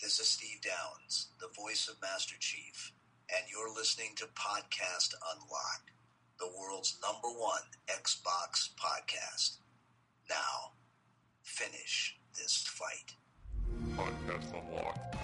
This is Steve Downs, the voice of Master Chief, and you're listening to Podcast Unlocked, the world's number one Xbox podcast. Now, finish this fight. Podcast Unlocked.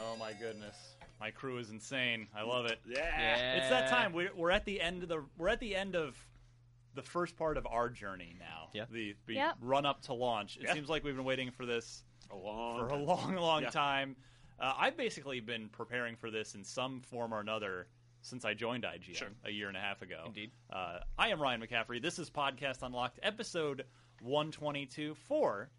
Oh my goodness, my crew is insane. I love it. Yeah. It's Uh, that time. We're, we're at the end of the. We're at the end of the first part of our journey now. Yeah. The, the Yep. run up to launch. It Yeah. seems like we've been waiting for this A long for a long, long Yeah. time. Uh, I've basically been preparing for this in some form or another since I joined IGN Sure. a year and a half ago. Indeed. Uh, I am Ryan McCaffrey. This is Podcast Unlocked, episode 122 for,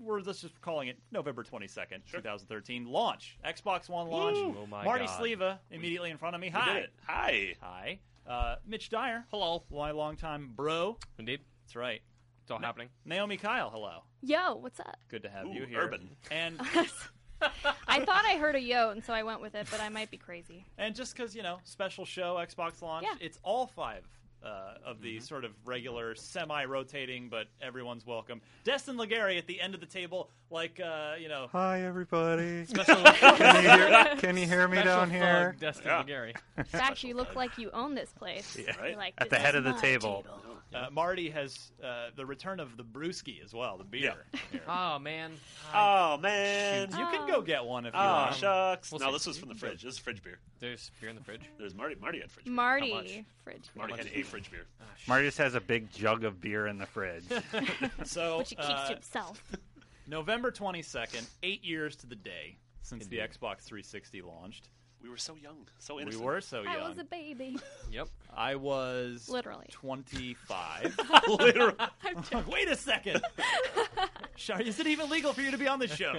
we're let's just calling it November 22nd, 2013, launch. Xbox One launch. Oh my Marty God. Sleva immediately in front of me. We did Hi. it. Hi. Hi. Uh, Mitch Dyer. Hello. My longtime bro. Indeed. That's right. It's all happening. Naomi Kyle. Hello. Yo, what's up? Good to have Ooh, you here. urban. And I thought I heard a yo, and so I went with it, but I might be crazy. And just because you know, special show, Xbox launch, Yeah. it's all five uh, of the Mm-hmm. sort of regular, semi-rotating, but everyone's welcome. Destin Legary at the end of the table, like uh, you know, Hi, everybody. Special, Can you hear, can you hear me special down thug, here? Destin Yeah. Legary. In fact, you look like you own this place. Right? You're like, At the "This head is of the my table." uh, Marty has uh, the return of the brewski as well, the beer. here. Oh man. Oh man. You can go get one if you Oh want. shucks. We'll no, see. this was from the fridge. This is fridge beer. There's beer in the fridge. There's Marty. Marty had fridge beer. How much? Marty, fridge. Marty had a fridge beer. Marty just has a big jug of beer in the fridge. So Which he keeps uh, to himself. November twenty second, eight years to the day since the Xbox 360 launched. We were so young, so We innocent. were so young. I was a baby. Yep. I was Literally. 25. Literally. Wait a second. Shari, is it even legal for you to be on the show?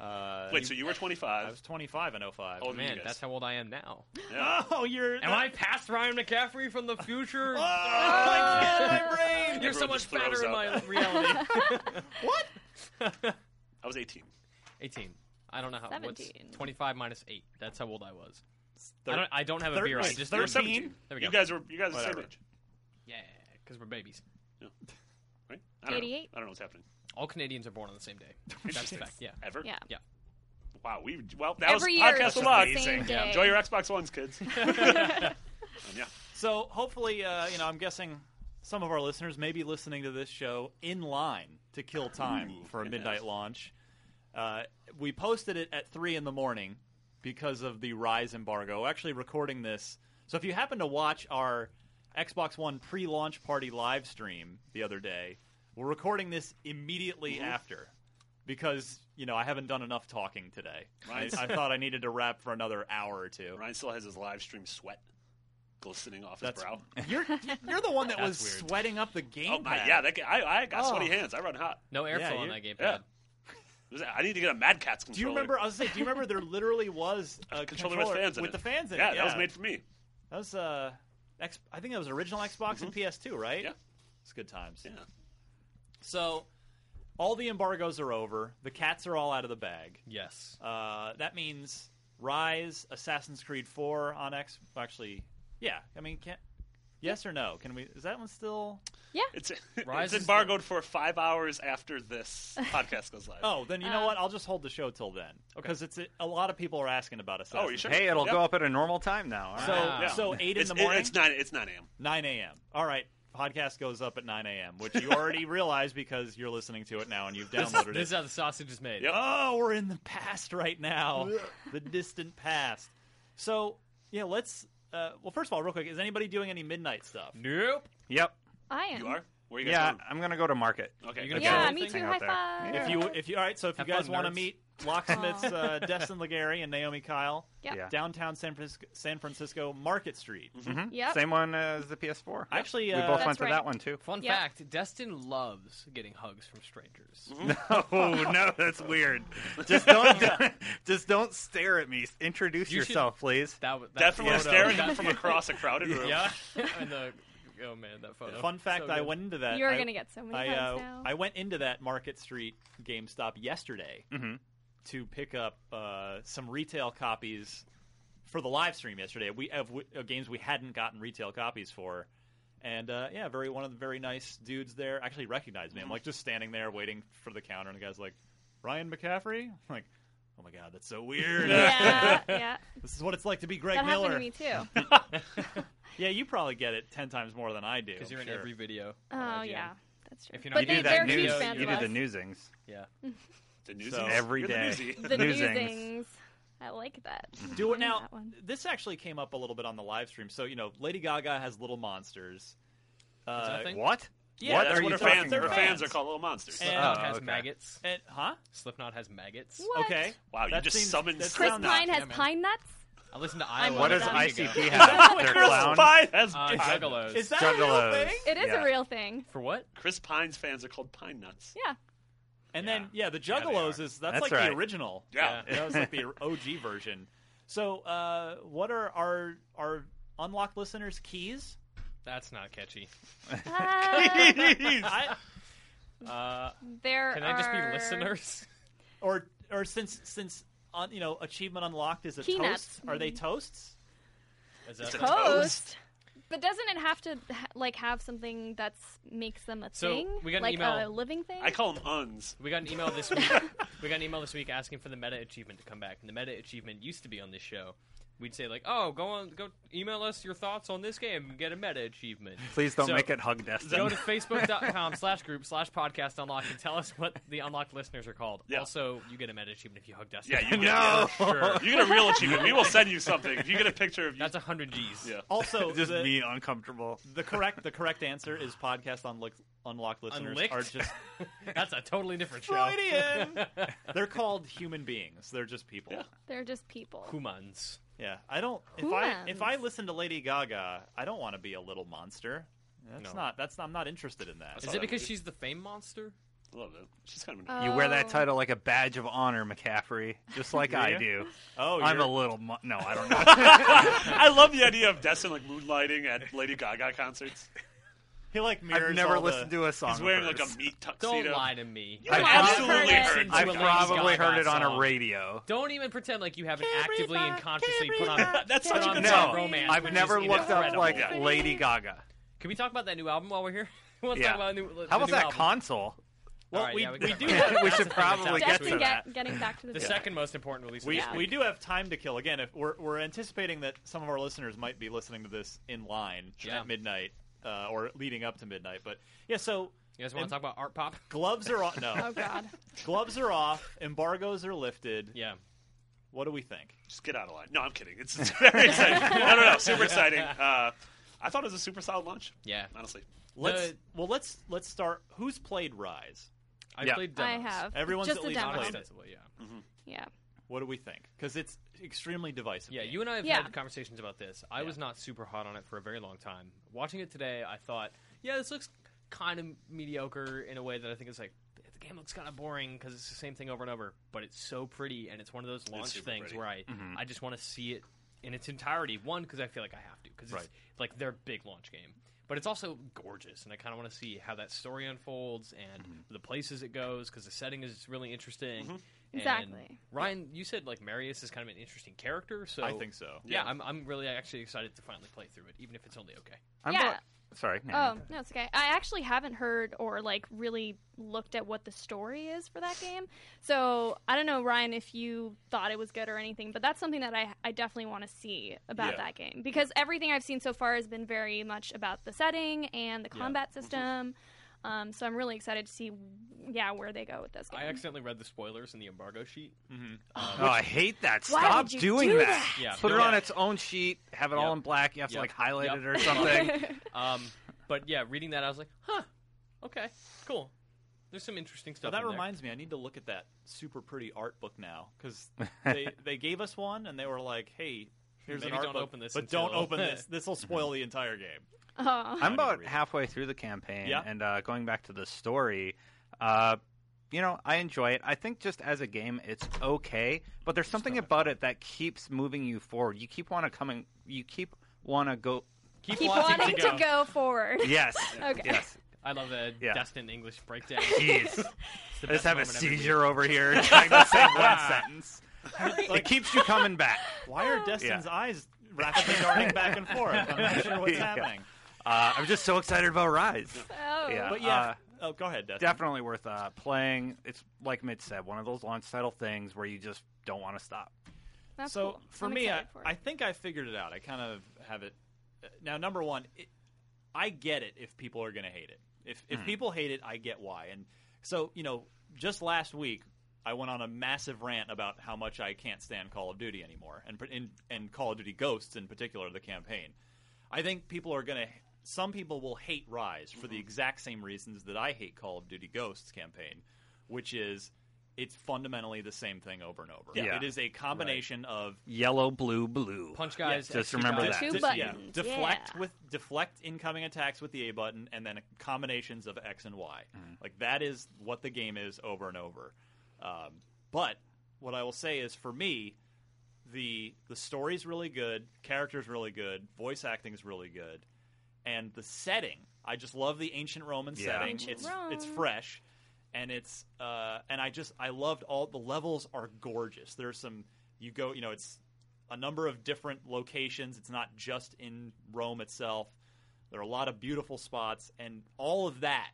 uh, Wait, so you were 25? I was 25 in 05. Oh, Man, guys. that's how old I am now. yeah. Oh, you're. Am I past Ryan McCaffrey from the future? Oh, my brain. You're so Everyone much just throws fatter in my up. reality. I was 18. 18. I don't know how. Seventeen. What's 25 minus 8? That's how old I was. Thir- I, don't, I don't have a thir- beer. I wait, just You were 13? 17. There we go. You guys were you guys are the same Whatever. age, Yeah, because we're babies. right? I don't know. 88. I don't know what's happening. All Canadians are born on the same day. That's a Interesting. fact. Yeah. Ever? Yeah. Yeah. Wow. We well that Every was year podcast it's the unlocked. same day. Enjoy your Xbox Ones, kids. and yeah. So hopefully, uh, you know, I'm guessing some of our listeners may be listening to this show in line to kill time Ooh, for a yes. midnight launch. Uh, we posted it at three in the morning because of the rise embargo. We're actually recording this, so if you happen to watch our Xbox One pre-launch party live stream the other day, we're recording this immediately Mm-hmm. after because you know I haven't done enough talking today. I, Right. I thought I needed to wrap for another hour or two. Ryan still has his live stream sweat glistening off his That's- brow. You're you're the one that was That's weird. sweating up the game. Oh my! pad. Yeah, that guy, I, I got Oh. sweaty hands. I run hot. No airflow Yeah, on you- that game. Yeah. I need to get a Mad Catz controller. Do you remember? I was gonna say, do you remember there literally was a controller, controller, with fans in it? the fans in yeah, it? that was made for me. That was uh, X, I think that was original Xbox and PS2, right? Mm-hmm. Yeah. it's good times. Yeah. So all the embargoes are over. The cats are all out of the bag. Yes. Uh, that means Rise, Assassin's Creed 4 on X. well, Actually, yeah. I mean, can yes or no? Can we? Is that one still? It's, Rise it's is- embargoed for five hours after this podcast goes live. Oh, then you Uh, know what? I'll just hold the show till then because it's a lot of people are asking about Assassin's. Oh, you should. Creed. Hey, it'll Yep. go up at a normal time now. all So, right? Wow. so eight in it's, the it- morning. it's nine. It's nine a.m. 9 a.m. All right. Podcast goes up at 9 a.m., which you already realize because you're listening to it now and you've downloaded This is it. how the sausage is made. Yep. Oh, we're in the past right now, the distant past. So, yeah, let's. Uh, well, first of all, real quick, is anybody doing any midnight stuff? Nope. yep. I am. You are. Where you guys Yeah, going? I'm gonna go to market. Okay. You're gonna okay. Yeah, Okay. me too. Hang High out there. five. Yeah. If you, if you, all right. So, if Have you guys fun, want to nerds. meet locksmiths uh, Destin Legary and Naomi Kyle, Yep. Yeah. downtown San Francisco, San Francisco Market Street. Mhm. Yep. Same one as the PS4. Actually, we uh, both That's went to right. that one too. Fun Yep. fact Destin loves getting hugs from strangers. Oh no, that's weird. Just don't, just don't stare at me. Introduce You should- yourself, please. That was that Definitely photo- staring that- at from across a crowded room. Yeah. and the, oh, man, that photo. Fun fact: So I good. went into that. You're I- gonna get so many I hugs uh, now. I went into that Market Street GameStop yesterday Mm-hmm. Mhm. to pick up uh, some retail copies for the live stream yesterday. We of w- uh, games we hadn't gotten retail copies for, and uh, yeah, very one of the very nice dudes there actually recognized me. I'm like just standing there waiting for the counter, and the guy's like, "Ryan McCaffrey." I'm like, "Oh my god, that's so weird. yeah, yeah. this is what it's like to be Greg That happened Miller." to me too. Yeah, you probably get it ten times more than I do. Because I'm you're in sure. every video. on Oh IGN. yeah, that's true. If you're not but you they, do they're that huge news. fans You of do us. the newsings Yeah. The newsies. So- Every You're the day. newsie. the newsings. newsings. I like that. Do it Like now. that one. This actually came up a little bit on the live stream. So you know, Lady Gaga has little monsters. that Uh, a thing? What? Yeah, what that's are what you her talking fans, They're her about? fans are called little monsters. And- Slipknot Oh, has okay. maggots. and- huh? Slipknot has maggots. What? Okay. Wow, you That just seems- summoned that Chris Chris sounds- Pine yeah, has man. pine nuts. I listened to Iowa. What does about a week ago. ICP have? Their Chris clown. Pine has Uh, Pine- Juggalos. Is that a real Juggalos. thing? It is Yeah. a real thing. For what? Chris Pine's fans are called Pine Nuts. Yeah. And Yeah. then yeah, the Yeah, they Juggalos are. is that's, That's like right. the original. Yeah. that was like the OG version. So uh, what are our our unlocked listeners' keys? That's not catchy. Uh, I, there Uh, Can I just be are listeners? or or since since un, you know achievement unlocked is a Peanuts, toast. Are they toasts? Is that a the- Toast. But doesn't it have to ha- like have something that makes them a So, thing, we got an like a email. living thing? I call them uns. we got an email this week. we got an email this week asking for the meta achievement to come back. And the meta achievement used to be on this show. We'd say like, "Oh, go on, go email us your thoughts on this game and get a meta achievement." Please don't So, make it hug Destin. Go to facebook.com slash group slash podcast unlock and tell us what the unlocked listeners are called. Yeah. Also, you get a meta achievement if you hug Dustin. Yeah, you No. get, you get a real achievement. We will send you something if you get a picture of you. That's 100 G's. Yeah. Also, just the, me uncomfortable. The correct the correct answer is podcast on Lick- unlocked listeners Unlicked? are just That's a totally different show. Freudian. They're called human beings. They're just people. Yeah. Yeah. They're just people. Humans. I don't if I if Humans. I listen to Lady Gaga, I don't want to be a little monster. That's No. not that's I'm not interested in that. Is it because she's the fame monster? A little bit. She's kind of an. You wear that Oh. title like a badge of honor, McCaffrey, just like I Yeah. do. Oh, I'm you're- a little. Mu- no, I don't know. I love the idea of Destin like moonlighting at Lady Gaga concerts. he like mirrors I've never all listened the, to a song. He's wearing of like hers. a meat tuxedo. Don't lie to me. I've I've absolutely heard it. heard. Listen I've to a Lady probably Gaga heard it on a song. radio. Don't even pretend like you haven't actively and consciously put on. That's put such a on good some song. romance. I've which never is looked up incredible. like Yeah. Lady Gaga. Can we talk about that new album while we're here? Let's Yeah. talk about the new, the How about new that album. console? Well, All right, we, yeah, we we, can talk do about have, that. we That's should the thing that's probably out get this to Destin week. that. get, getting back to the, The show. second most important release. of we, the we week. do have time to kill again. If we're we're anticipating that some of our listeners might be listening to this in line Yeah. at midnight uh, or leading up to midnight. But yeah, so You guys want to talk about art pop? gloves are on. No, Oh God. gloves are off, embargoes are lifted. Yeah. What do we think? Just get out of line. No, I'm kidding. It's, it's very exciting. No, no, no. Super exciting. Uh, I thought it was a super solid launch. Yeah. Honestly. Let's The- well, let's let's start. Who's played Rise? I Yeah. played I demos. have. Everyone's just at a least demo. played it. Extensively, yeah. Mm-hmm. Yeah. What do we think? Because it's extremely divisive. Yeah, game. you and I have Yeah. had conversations about this. I was not super hot on it for a very long time. Watching it today, I thought, yeah, this looks kind of mediocre in a way that I think it's like the game looks kind of boring because it's the same thing over and over. But it's so pretty, and it's one of those launch super things pretty. where I Mm-hmm. I just want to see it in its entirety. One, because I feel like I have to, because Right. it's like their big launch game. But it's also gorgeous, and I kind of want to see how that story unfolds and Mm-hmm. the places it goes because the setting is really interesting. And Exactly. Ryan, you said like Marius is kind of an interesting character, so I think so. Yeah, Yeah. I'm, I'm really actually excited to finally play through it, even if it's only okay. I'm Yeah. glad- Sorry. no. Oh, no, it's okay. I actually haven't heard or like really looked at what the story is for that game. So I don't know, Ryan, if you thought it was good or anything, but that's something that I, I definitely want to see about Yeah. that game because everything I've seen so far has been very much about the setting and the combat Mm-hmm. system. Um, so I'm really excited to see, yeah, where they go with this game. I accidentally read the spoilers in the embargo sheet. Mm-hmm. Um, Oh, I hate that. Why Stop would you doing do that. that? Yeah. Put it Yeah. on its own sheet. Have it all Yep. in black. You have to Yep. like highlight Yep. it or something. Um, but yeah, reading that, I was like, huh, okay, cool. There's some interesting Now stuff. that in there. reminds me, I need to look at that super pretty art book now because they they gave us one and they were like, "Hey, here's Maybe an art don't book, open this but don't until- open this. This will spoil the entire game." Oh. I I'm need to about read it. halfway through the campaign, Yeah. and uh, going back to the story, uh, you know, I enjoy it. I think just as a game, it's okay, but there's something about it that keeps moving you forward. You keep want to coming. You keep want to go. Keep, Keep wanting, wanting to go forward. Yes. Okay. Yes. I love the Yeah. Destin English breakdown. Jeez. It's the I just best have a moment every week. seizure over here trying to say one sentence. It keeps you coming back. Why are Destin's eyes rapidly darting back and forth? I'm not sure what's Yeah. happening. Uh, I'm just so excited about Rise. Oh. Yeah. But yeah, uh, oh, go ahead, Destin. definitely worth uh, playing. It's like Mitch said, one of those launch title things where you just don't want to stop. That's so cool. for I'm me, I, excited for it. I think I figured it out. I kind of have it now. Number one, it, I get it if people are going to hate it. If if people hate it, I get why. And so you know, just last week. I went on a massive rant about how much I can't stand Call of Duty anymore, and and, and Call of Duty Ghosts in particular, the campaign. I think people are going to. Some people will hate Rise for the exact same reasons that I hate Call of Duty Ghosts campaign, which is it's fundamentally the same thing over and over. Yeah. It is a combination of Yellow, blue, blue. Punch guys. just XP remember guys. that. Two de- buttons, deflect yeah. with deflect incoming attacks with the A button, and then combinations of X and Y. Like that is what the game is over and over. Um, but what I will say is, for me, the the story's really good, characters really good, voice acting's really good, and the setting. I just love the ancient Roman Yeah. setting. Ancient it's Rome. it's fresh, and it's uh, and I just I loved all the levels are gorgeous. There's some you go you know it's a number of different locations. It's not just in Rome itself. There are a lot of beautiful spots, and all of that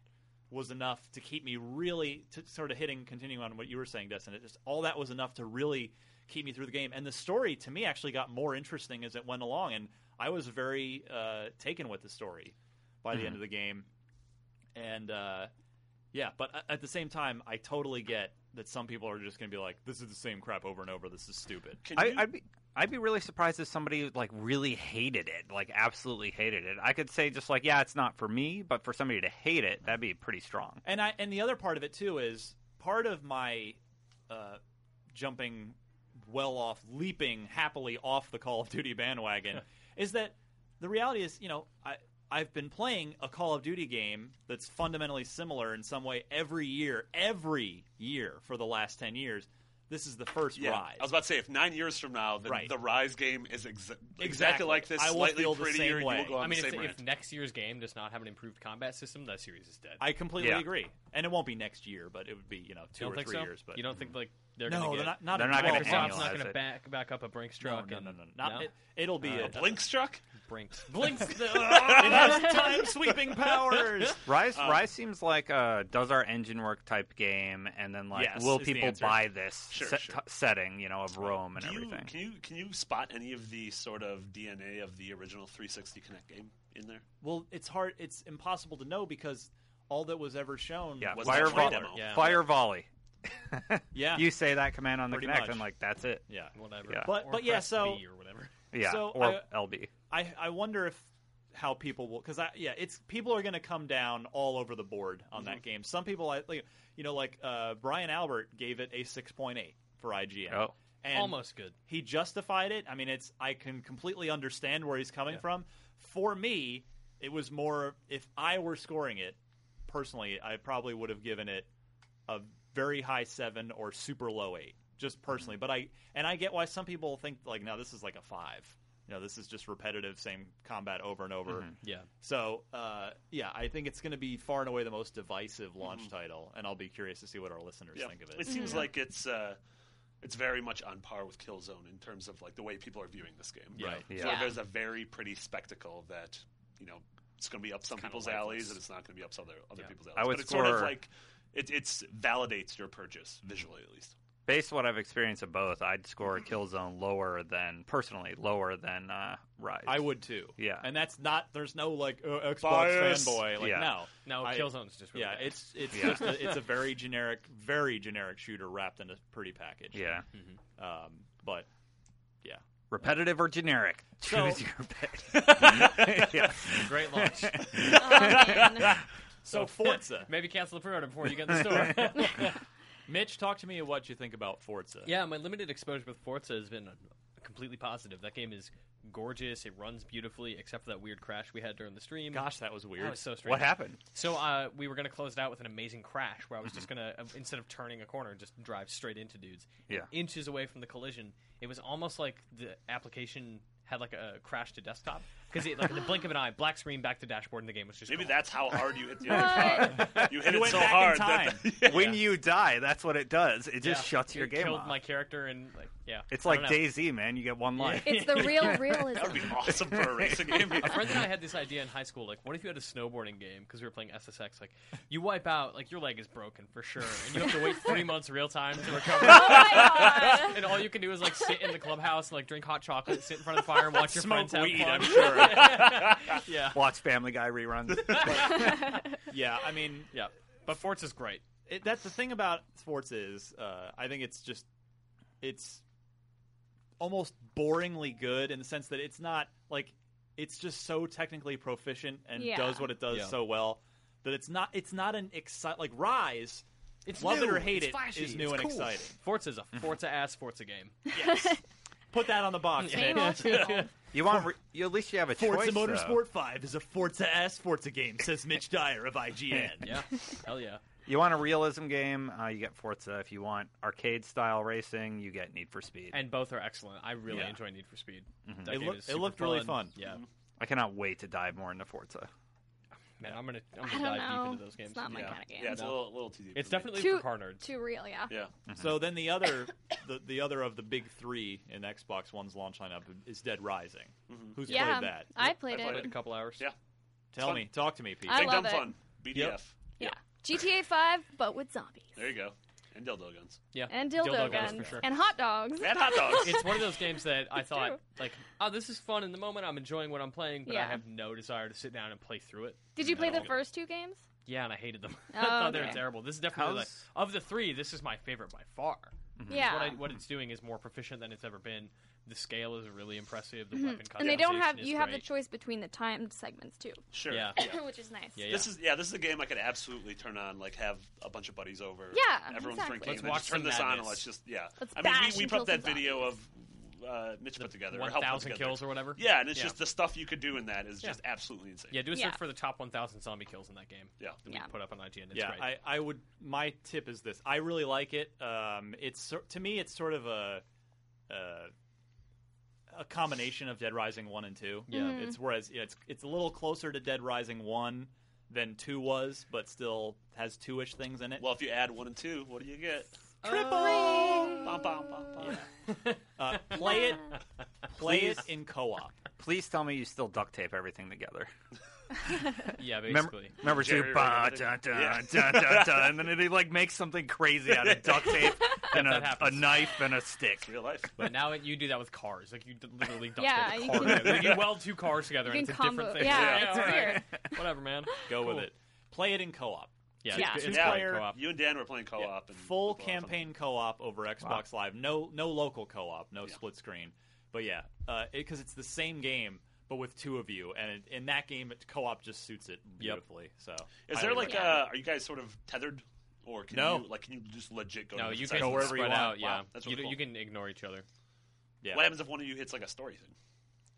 was enough to keep me really to sort of hitting continuing on what you were saying, Destin. It just all that was enough to really keep me through the game, and the story to me actually got more interesting as it went along, and I was very uh, taken with the story by the Mm-hmm. end of the game, and uh, yeah, but a- at the same time, I totally get that some people are just going to be like, "This is the same crap over and over. This is stupid." Can I, you- I'd be I'd be really surprised if somebody like really hated it, like absolutely hated it. I could say just like, yeah, it's not for me, but for somebody to hate it, that'd be pretty strong. And I and the other part of it too is part of my uh, jumping well off, leaping happily off the Call of Duty bandwagon is that the reality is, you know, I I've been playing a Call of Duty game that's fundamentally similar in some way every year, every year for the last ten years. This is the first Yeah, rise. I was about to say, if nine years from now, the, Right. the Rise game is ex- exactly, Exactly. like this, I will slightly feel the prettier, same you way. will go on I mean, the if, same if rant. next year's game does not have an improved combat system, that series is dead. I completely Yeah. agree, and it won't be next year, but it would be you know you two don't or think three so? years. But Mm-hmm. you don't think like they're no, gonna they're get, not. not They're not at gonna all. Microsoft's not annualize going to it. back back up a Brinks No, truck? no, no, and- no, no. Not, It, it'll be a, a blink struck? Brinks. Blinks. The, uh, it has time sweeping powers. Rise Uh, Rise seems like a does our engine work type game, and then like, Yes, will is the people answer. buy this Sure, set- sure. setting, you know, of Rome and Do you- everything? can you can you spot any of the sort of DNA of the original 360 Connect game in there? Well, it's hard. It's impossible to know because all that was ever shown yeah, Was was that fire volley. Firewall- that trailer? trailer. Yeah. Fire volley. Yeah, You say that command on the Pretty connect, much. and like that's it. yeah. whatever. Yeah. But- Or but yeah, press so- B or whatever. Yeah, So or I- LB. I I wonder if how people will because I yeah it's people are going to come down all over the board on Mm-hmm. that game. Some people I like you know like uh, Brian Albert gave it a six point eight for IGN. Oh. And Almost good. he justified it. I mean, it's I can completely understand where he's coming from. For me, it was more if I were scoring it personally, I probably would have given it a very high seven or super low eight, just personally. But I and I get why some people think like, no, this is like a five. You know, this is just repetitive, same combat over and over. Mm-hmm. Yeah. So, uh, yeah, I think it's going to be far and away the most divisive launch title, and I'll be curious to see what our listeners Yeah. think of it. It seems like it's uh, it's very much on par with Killzone in terms of like the way people are viewing this game. Yeah. Right. So Yeah. there's a very pretty spectacle that you know it's going to be up some kinda people's lifeless. alleys and it's not going to be up some other other Yeah. people's I alleys. would but it's sort of score- like it it's validates your purchase visually at least. Based on what I've experienced of both, I'd score Mm-hmm. Killzone lower than personally lower than uh, Rise. I would too. Yeah. and that's not. There's no like uh, Xbox Bias. fanboy. Like Yeah. no, No, I- Killzone's just really yeah. bad. It's it's Yeah. just a, it's a very generic, very generic shooter wrapped in a pretty package. Yeah, Um, but yeah, repetitive or generic. So- Choose your pick. yeah. great launch. so Forza. Maybe cancel the pre-order before you get in the store. Mitch, talk to me of what you think about Forza. yeah, my limited exposure with Forza has been completely positive. That game is gorgeous. It runs beautifully, except for that weird crash we had during the stream. Gosh, that was weird. That was so strange. What happened? So uh, we were going to close it out with an amazing crash where I was just going to, instead of turning a corner, just drive straight into dudes. Yeah. Inches away from the collision. It was almost like the application had like a crash to desktop because like in the blink of an eye, black screen back to dashboard, and the game was just Maybe gone. that's how hard you hit the other car. You hit You it went so back in hard time. that When you die, that's what it does. It Yeah. just shuts your It game Killed off. my character and like yeah. It's I don't like know. DayZ, man. You get one life. It's the real that would realism. be awesome for a racing game. A friend and I had this idea in high school. Like, what if you had a snowboarding game? Because we were playing SSX. Like, you wipe out, like your leg is broken for sure, and you have to wait three months real time to recover. Oh my god. and all you can do is like sit in the clubhouse and like drink hot chocolate, sit in front of the fire, and watch your Smoke friends have weed, fun. I'm sure. yeah, Watch Family Guy reruns. yeah, I mean, yeah. But Forza's great. it, that's the thing about sports is uh, I think it's just it's almost boringly good in the sense that it's not like it's just so technically proficient and Yeah. does what it does Yeah. so well that it's not it's not an excite like Rise. It's love it new, or hate it's it, flashy, is new it's and cool. exciting. Forza's a Forza ass Forza game. Put that on the box. Same man. old, same old. You want? Re- you, at least you have a Forza choice. though. Motorsport 5 is a Forza S Forza game, says Mitch Dyer of IGN. Yeah, hell yeah. You want a realism game? Uh, you get Forza. If you want arcade style racing, you get Need for Speed. Mm-hmm. And both are excellent. I really Yeah. enjoy Need for Speed. Mm-hmm. That It game look- is it super looked really fun. Yeah, I cannot wait to dive more into Forza. man, I'm gonna I'm I gonna don't dive deep know. into those games. It's not my yeah. kind of game. yeah, it's a little, little too deep. It's for me. definitely Too- for car nerds. Too real, yeah. yeah. So then the other, the, the other of the big three in Xbox One's launch lineup is Dead Rising. Who's Yeah, played that? I played, Mm-hmm. I played it. Played a couple hours. Yeah. Tell fun. me, talk to me, Pete. I Big love dumb it. fun. BDF. Yeah. GTA 5, but with zombies. There you go. And dildo guns. yeah. And dildo, guns guns. for sure. And hot dogs. And hot dogs. it's one of those games that I thought true. like, oh, this is fun in the moment. I'm enjoying what I'm playing, but I Yeah. have no desire to sit down and play through it. Did you play No. the first two games? Yeah, and I hated them. I Oh, thought they were okay. terrible. This is definitely like, How's- of the three, this is my favorite by far. Yeah. Mm-hmm. What, I, what it's doing is more proficient than it's ever been. The scale is really impressive. The weapon customization Mm-hmm. and they don't have is you have the great. choice between the timed segments too, Sure. Yeah. which is nice. Yeah, yeah. This is yeah. This is a game I could absolutely turn on. Like have a bunch of buddies over. Yeah, everyone's exactly. drinking. and Let's then just watch turn this some on and madness. let's just yeah. Let's I mean, bash we, and we put kill up that some video of uh, Mitch put together. or one helped put thousand together. kills or whatever. Yeah, and it's Yeah. just the stuff you could do in that is Yeah. just absolutely insane. Yeah, do a search Yeah. for the top 1,000 zombie kills in that game. Yeah. that Yeah. we put up on IGN. It's yeah, great. I, I would. My tip is this: I really like it. Um, it's sor- to me, it's sort of a, uh, a combination of Dead Rising one and two. Yeah. Mhm. Mm-hmm. it's whereas you know, it's it's a little closer to Dead Rising one than two was, but still has two ish things in it. Well, if you add one and two, what do you get? Uh, Triple. Bum, bum, bum, bum. Uh, play it, play it in co op. Please tell me you still duct tape everything together. yeah, Remember, basically. remember Jerry too, bah, Ring dun, everything. dun, Yeah. dun, dun, dun, and then he like makes something crazy out of duct tape and that a, a happens. knife and a stick. Real life. But now it, you do that with cars. Like you d- literally duct Yeah, tape a you car. can- together. You weld two cars together, You and it's can a different combo- thing. yeah, it's all right. weird. Whatever, man. Go Cool. with it. Play it in co op. Yeah, Yeah. it's, it's Yeah. great co-op. You and Dan were playing co-op and full it was a lot of fun. campaign co-op over Xbox Live. No, no local co-op, no split screen. But yeah, because it's the same game, but with two of you, and it, in that game, it, co-op just suits it beautifully. So Is I there would like recommend uh, are you guys sort of tethered, or can No. you like can you just legit go? to No, you can can Go wherever spread you want. out. Yeah, Wow, that's you, really cool. you can ignore each other. it. yeah. What happens if one of you hits like a story thing?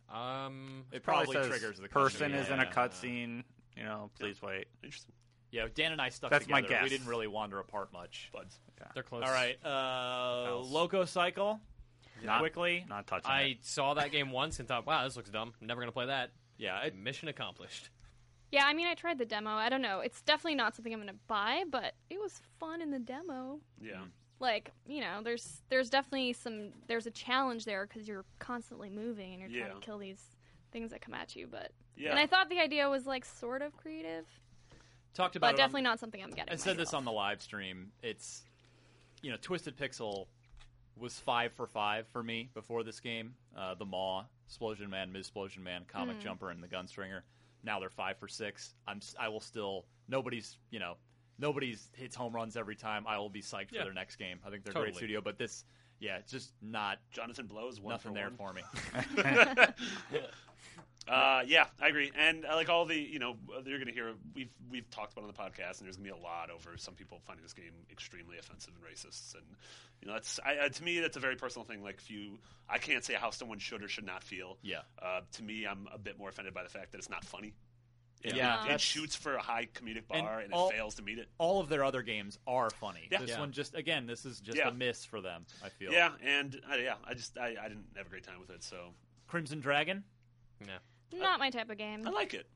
Um, It probably, says triggers the person cutscene. is in a Yeah. cutscene. You know, please wait. Interesting. Yeah, Dan and I stuck That's my together. We guess. didn't really wander apart much. Buds. they're close. All right, uh, Else. Loco Cycle. Not- quickly. Not touching it. I saw that game once and thought, wow, this looks dumb. I'm never going to play that. yeah, it, Mission accomplished. Yeah, I mean, I tried the demo. I don't know. It's definitely not something I'm going to buy, but it was fun in the demo. Yeah. Like, you know, there's there's definitely some there's a challenge there because you're constantly moving and you're trying Yeah. to kill these things that come at you. But Yeah. and I thought the idea was like sort of creative, talked but about it on- definitely not something I'm getting. I said this myself. on the live stream. It's you know, Twisted Pixel was five for five for me before this game. Uh, the Maw, Explosion Man, Ms. Explosion Man, Mm. Comic Jumper, and the Gunstringer. Now they're five for six. I'm s- I will still nobody's you know nobody's hits home runs every time. I will be psyched Yeah. for their next game. I think they're a Totally. great studio, but this yeah, it's just not Jonathan Blow's one nothing for there one. for me. Uh, yeah, I agree, and uh, like all the you know you're gonna hear we've we've talked about it on the podcast, and there's gonna be a lot over some people finding this game extremely offensive and racist, and you know that's I, uh, to me that's a very personal thing. Like if you, I can't say how someone should or should not feel. Yeah. Uh, to me, I'm a bit more offended by the fact that it's not funny. It- Yeah, it, that's- shoots for a high comedic And bar and, all- it fails to meet it. All of their other games are funny. Yeah. This Yeah. one just again, this is just Yeah. a miss for them. I feel. Yeah, and uh, yeah, I just I, I didn't have a great time with it, so Crimson Dragon. Yeah. Not my type of game. I like it.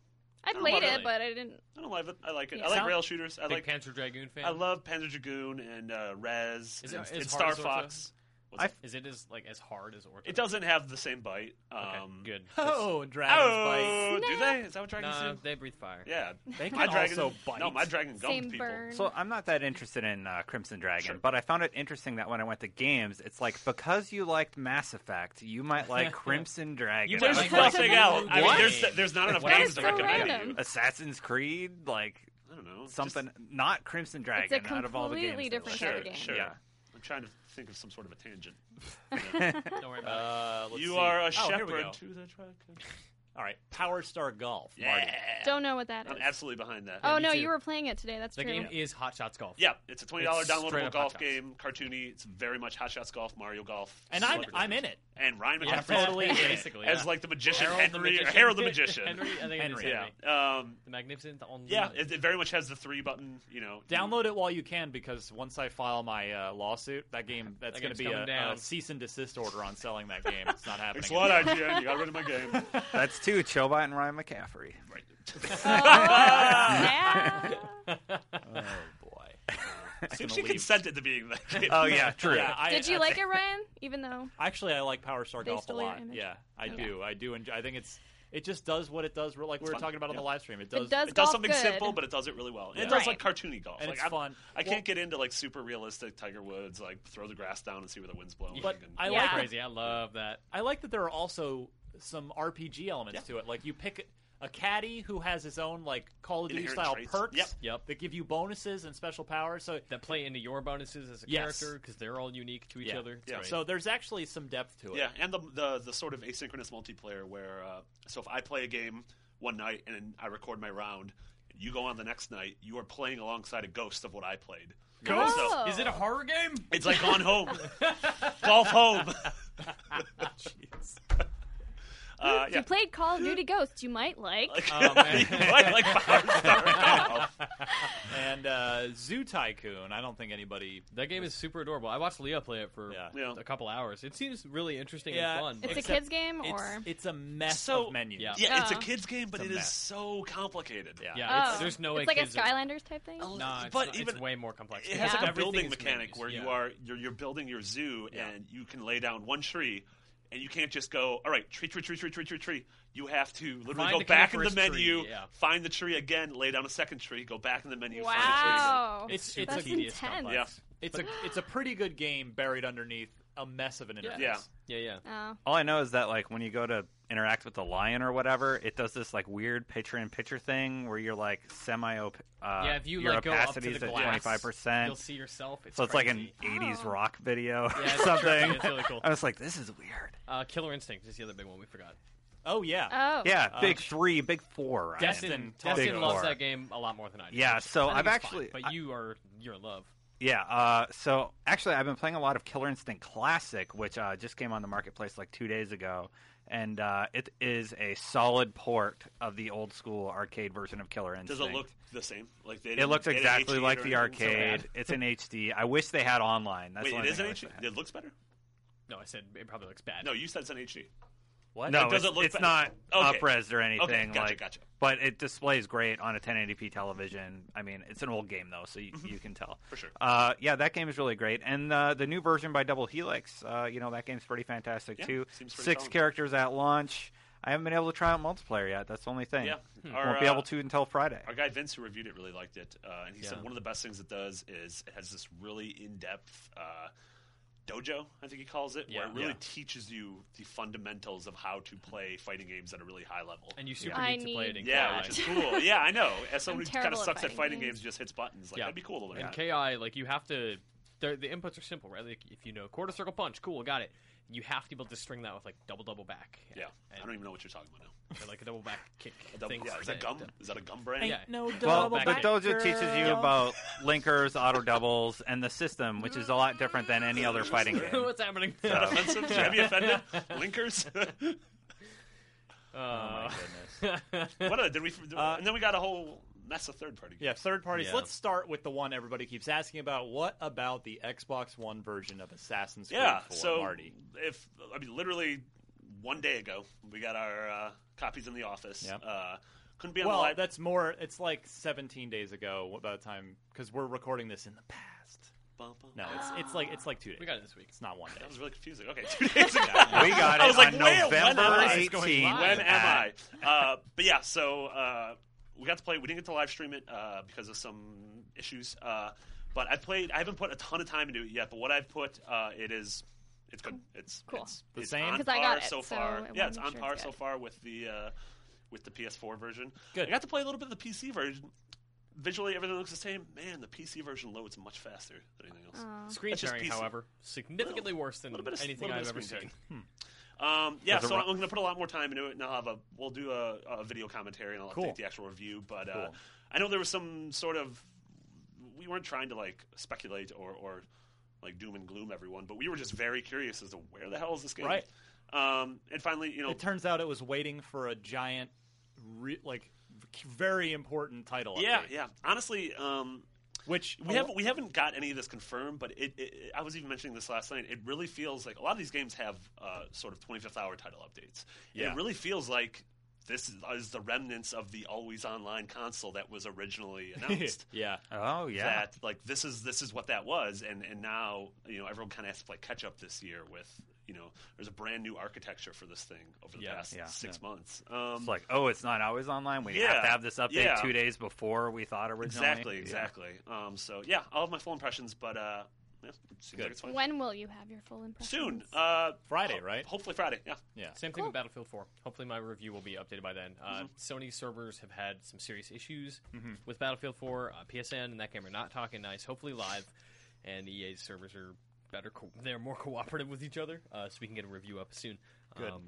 I don't played wanna- it, but I didn't. I don't love it. I like it. Yeah. I like Sound- rail shooters. I like Big Panzer Dragoon fan. I love Panzer Dragoon and uh, Rez Is it- and, is and Hard Star as Orta? Fox. What's I- that? Is it as like as hard as Orta? it doesn't have the same bite. Um, Okay, good. Oh, and Dragon's Oh, do they? Is that what dragons No, do? they breathe fire. Yeah, They my can dragon. also bite. No, my dragon gums Same people. burn. So I'm not that interested in uh, Crimson Dragon, Sure. but I found it interesting that when I went to games, it's like because you liked Mass Effect, you might like Crimson Dragon. You I There's was like like, nothing else. I mean, What? there's there's not enough That games is to so recommend random. you. Assassin's Creed, like I don't know. just- something not Crimson Dragon. It's a out of all the games, completely they different like. type of Sure, game. sure. Yeah. I'm trying to think of some sort of a tangent. Don't worry about Uh, let's you see. are a Oh, here we shepherd go. to the dragon. All right, Power Star Golf. Marty. Don't know what that is. I'm absolutely behind that. oh me no, too. you were playing it today. That's it. The true. game is Hot Shots Golf. Yeah, it's a twenty dollar It's straight downloadable up golf Hotshots. game, cartoony. It's very much Hot Shots Golf, Mario Golf, And I'm, celebrity I'm golf. in it. And Ryan Yeah, McCaffrey totally. Basically, as yeah. like the magician Harold the Henry, or Magician. Harold the magician. Henry, I think Henry, Henry. Henry. Yeah, um, The Magnificent. The only yeah. It, it very much has the three button. You know, Download it while you can because once I file my uh, lawsuit, that game that's That going to game's be a, coming down. a cease and desist order on selling that game. It's not happening. Thanks a lot, IGN. You got rid of my game. That's two Chobot and Ryan McCaffrey. Oh, snap. Oh, Oh, boy. See if she consented to being that. Oh yeah, true. Yeah, I, Did you I- like it, Ryan? Even though Actually, I like Power Star They Golf a stole your lot. image? Yeah, I Okay. do. I do enjoy. I think it's it just does what it does. Like we were fun. talking about on the Yeah. live stream, it does. does It does golf something good. simple, but it does it really well. And It Yeah. does Right. like cartoony golf. And like, it's I'm- fun. I Well- can't get into like super realistic Tiger Woods, like throw the grass down and see where the wind's blowing. But and- I Yeah. like crazy. I love that. I like that there are also some RPG elements to it. Like you pick a caddy who has his own like Call of Duty Inherent style traits. perks Yep. Yep. that give you bonuses and special powers. So That play into your bonuses as a Yes. character because they're all unique to each Yeah. other. It's Yeah. great. so there's actually some depth to it. Yeah, and the, the the sort of asynchronous multiplayer where uh, so if I play a game one night and then I record my round, you go on the next night, you are playing alongside a ghost of what I played. Ghost? Oh. So is it a horror game? it's like gone home, golf home. Uh, if yeah. you played Call of Duty Ghosts, you might like. Oh, man. like, like Power Star Golf. And uh, Zoo Tycoon, I don't think anybody. That game is super adorable. I watched Leah play it for Yeah. Yeah. a couple hours. It seems really interesting Yeah. and fun. it's a but- Except kids game, It's, or it's a mess So- of menus. Yeah. Yeah, it's a Oh. kids game, but It's it a is mess. so complicated. yeah, Oh. it's, there's no way. it's like a kids are- Skylanders type thing. Oh, No, it's but not- even it's way more complex. it has like a Everything building is mechanic menus, where yeah. you are you're, you're building your zoo and you can lay down one tree and you can't just go all right tree tree tree tree tree tree tree you have to literally Find go the back in the coniferous menu tree, yeah. find the tree again lay down a second tree go back in the menu find wow. It's It's it's That's a, tedious, intense. complex. it's a it's a pretty good game buried underneath a mess of an interface. Yeah. Yeah, yeah. oh. All I know is that like when you go to interact with the lion or whatever, it does this like weird picture in picture thing where you're like semi op- uh yeah, if you your like go up to opacity the is at glass, twenty five you'll percent. see yourself. It's So it's like an crazy. eighties Oh. rock video or Yeah, it's something. trippy. It's really cool. I was like, this is weird. Uh, Killer Instinct is the other big one we forgot. Oh yeah. Oh. Yeah, Uh, big three, big four, right? Destin, Big Destin loves four. that game a lot more than I do. Yeah, so I think I've it's actually- fine, I- but you are you're in love. Yeah. Uh, so actually, I've been playing a lot of Killer Instinct Classic, which uh, just came on the marketplace like two days ago, and uh, it is a solid port of the old school arcade version of Killer does Instinct. it look the same like they It didn't- looks they didn't exactly HD like E or the anything? So arcade. it's in HD. I wish they had online. That's the bad. wait only it is thing an I wish HD they had. it looks better No, I said it probably looks bad. No, you said it's an HD. What? It No, doesn't it's, look it's bad. not Okay. upresed or anything. gotcha, like, gotcha. But it displays great on a 1080p television. I mean, it's an old game though, so you, you can tell. Mm-hmm. For sure. Uh, yeah, that game is really great, and uh, the new version by Double Helix. Uh, you know, that game's pretty fantastic Yeah, too. seems pretty Six solid. characters at launch. I haven't been able to try out multiplayer yet. That's the only thing. Hmm. Yeah. Won't Our, be uh, able to until Friday. Our guy Vince, who reviewed it, really liked it, uh, and he said Yeah. one of the best things it does is it has this really in-depth uh, dojo, I think he calls it, where Yeah. it really Yeah. teaches you the fundamentals of how to play fighting games at a really high level. And you super I need to play need it in yeah, KI. which is cool. Yeah, I know. As someone I'm who kind of terrible at sucks at fighting fighting games. games, just hits buttons, like Yeah. that'd be cool to learn. And at. KI, like you have to. they're- The inputs are simple, right? Like if you know quarter circle punch, cool, got it. You have to be able to string that with like double double back. yeah, I don't and, even know what you're talking about now. and, like a double back kick. A double- thing yeah, for is that the- gum? the- Is that a gum brand? Ain't Yeah. no Well, double back the kick. dojo teaches you girl. about linkers, auto doubles, and the system, which is a lot different than any other fighting game. What's happening? Offensive? Mm-hmm. Should I be offended? Linkers? Oh, Uh, what a, did we? and then we got a whole mess of third-party games. Yeah, third parties. Yeah. Let's start with the one everybody keeps asking about. What about the Xbox One version of Assassin's Creed Yeah, 4, so Marty? if I mean literally one day ago, we got our uh, copies in the office. Yep. Uh, couldn't be on the Well, live. that's more. It's like 17 days ago by the time because we're recording this in the past. Bum, bum. No, it's it's like it's like two days. we got it this week. It's not one day. That was really confusing. Okay, two days ago. We got I it was like, on wait, November when am I? 18th. When am I? Uh, but yeah, so uh, we got to play. We didn't get to live stream it uh, because of some issues. Uh, but I played. I haven't put a ton of time into it yet. But what I've put, uh, it is, it's good. It's Cool. It's, The it's same? on 'Cause I par got it, so so I far. wanna yeah, it's make on sure par it's so good. far with the uh, with the PS4 version. Good. I got to play a little bit of the PC version. Visually, everything looks the same. Man, the PC version loads much faster than anything else. Screen That's just sharing, PC. however, significantly worse than little bit of- anything little bit of I've ever screen seen. Um, yeah, As a so ru- I'm going to put a lot more time into it, and I'll have a we'll do a, a video commentary and I'll Cool. update the actual review. But uh, Cool. I know there was some sort of we weren't trying to like speculate or, or like doom and gloom everyone, but we were just very curious as to where the hell is this game, Right. Um, and finally, you know, It turns out it was waiting for a giant, re- like, very important title. yeah, update, yeah. Honestly, um, Which we haven't we haven't got any of this confirmed, but it, it, it- I was even mentioning this last night. It really feels like a lot of these games have uh, sort of 25th hour title updates. And Yeah. it really feels like this is, is the remnants of the always online console that was originally announced. yeah. Oh yeah. That like this is this is what that was, and and now you know everyone kind of has to play catch up this year with you know there's a brand new architecture for this thing over the Yeah, past yeah, six months. Um, It's like, oh, it's not always online. We Yeah, have to have this update yeah. two days before we thought originally. exactly, Yeah. exactly. Um, so yeah, I'll have my full impressions, but uh, yeah, it seems like it's fine. When will you have your full impression? Soon, uh, Friday, right? Hopefully Friday. Yeah. Yeah. Same thing with Battlefield 4. Hopefully, my review will be updated by then. Mm-hmm. Uh, Sony servers have had some serious issues Mm-hmm. with Battlefield 4. Uh, PSN and that game are not talking nice. Hopefully, live and EA's servers are better. Co- they're more cooperative with each other, uh, so we can get a review up soon. Good. Um,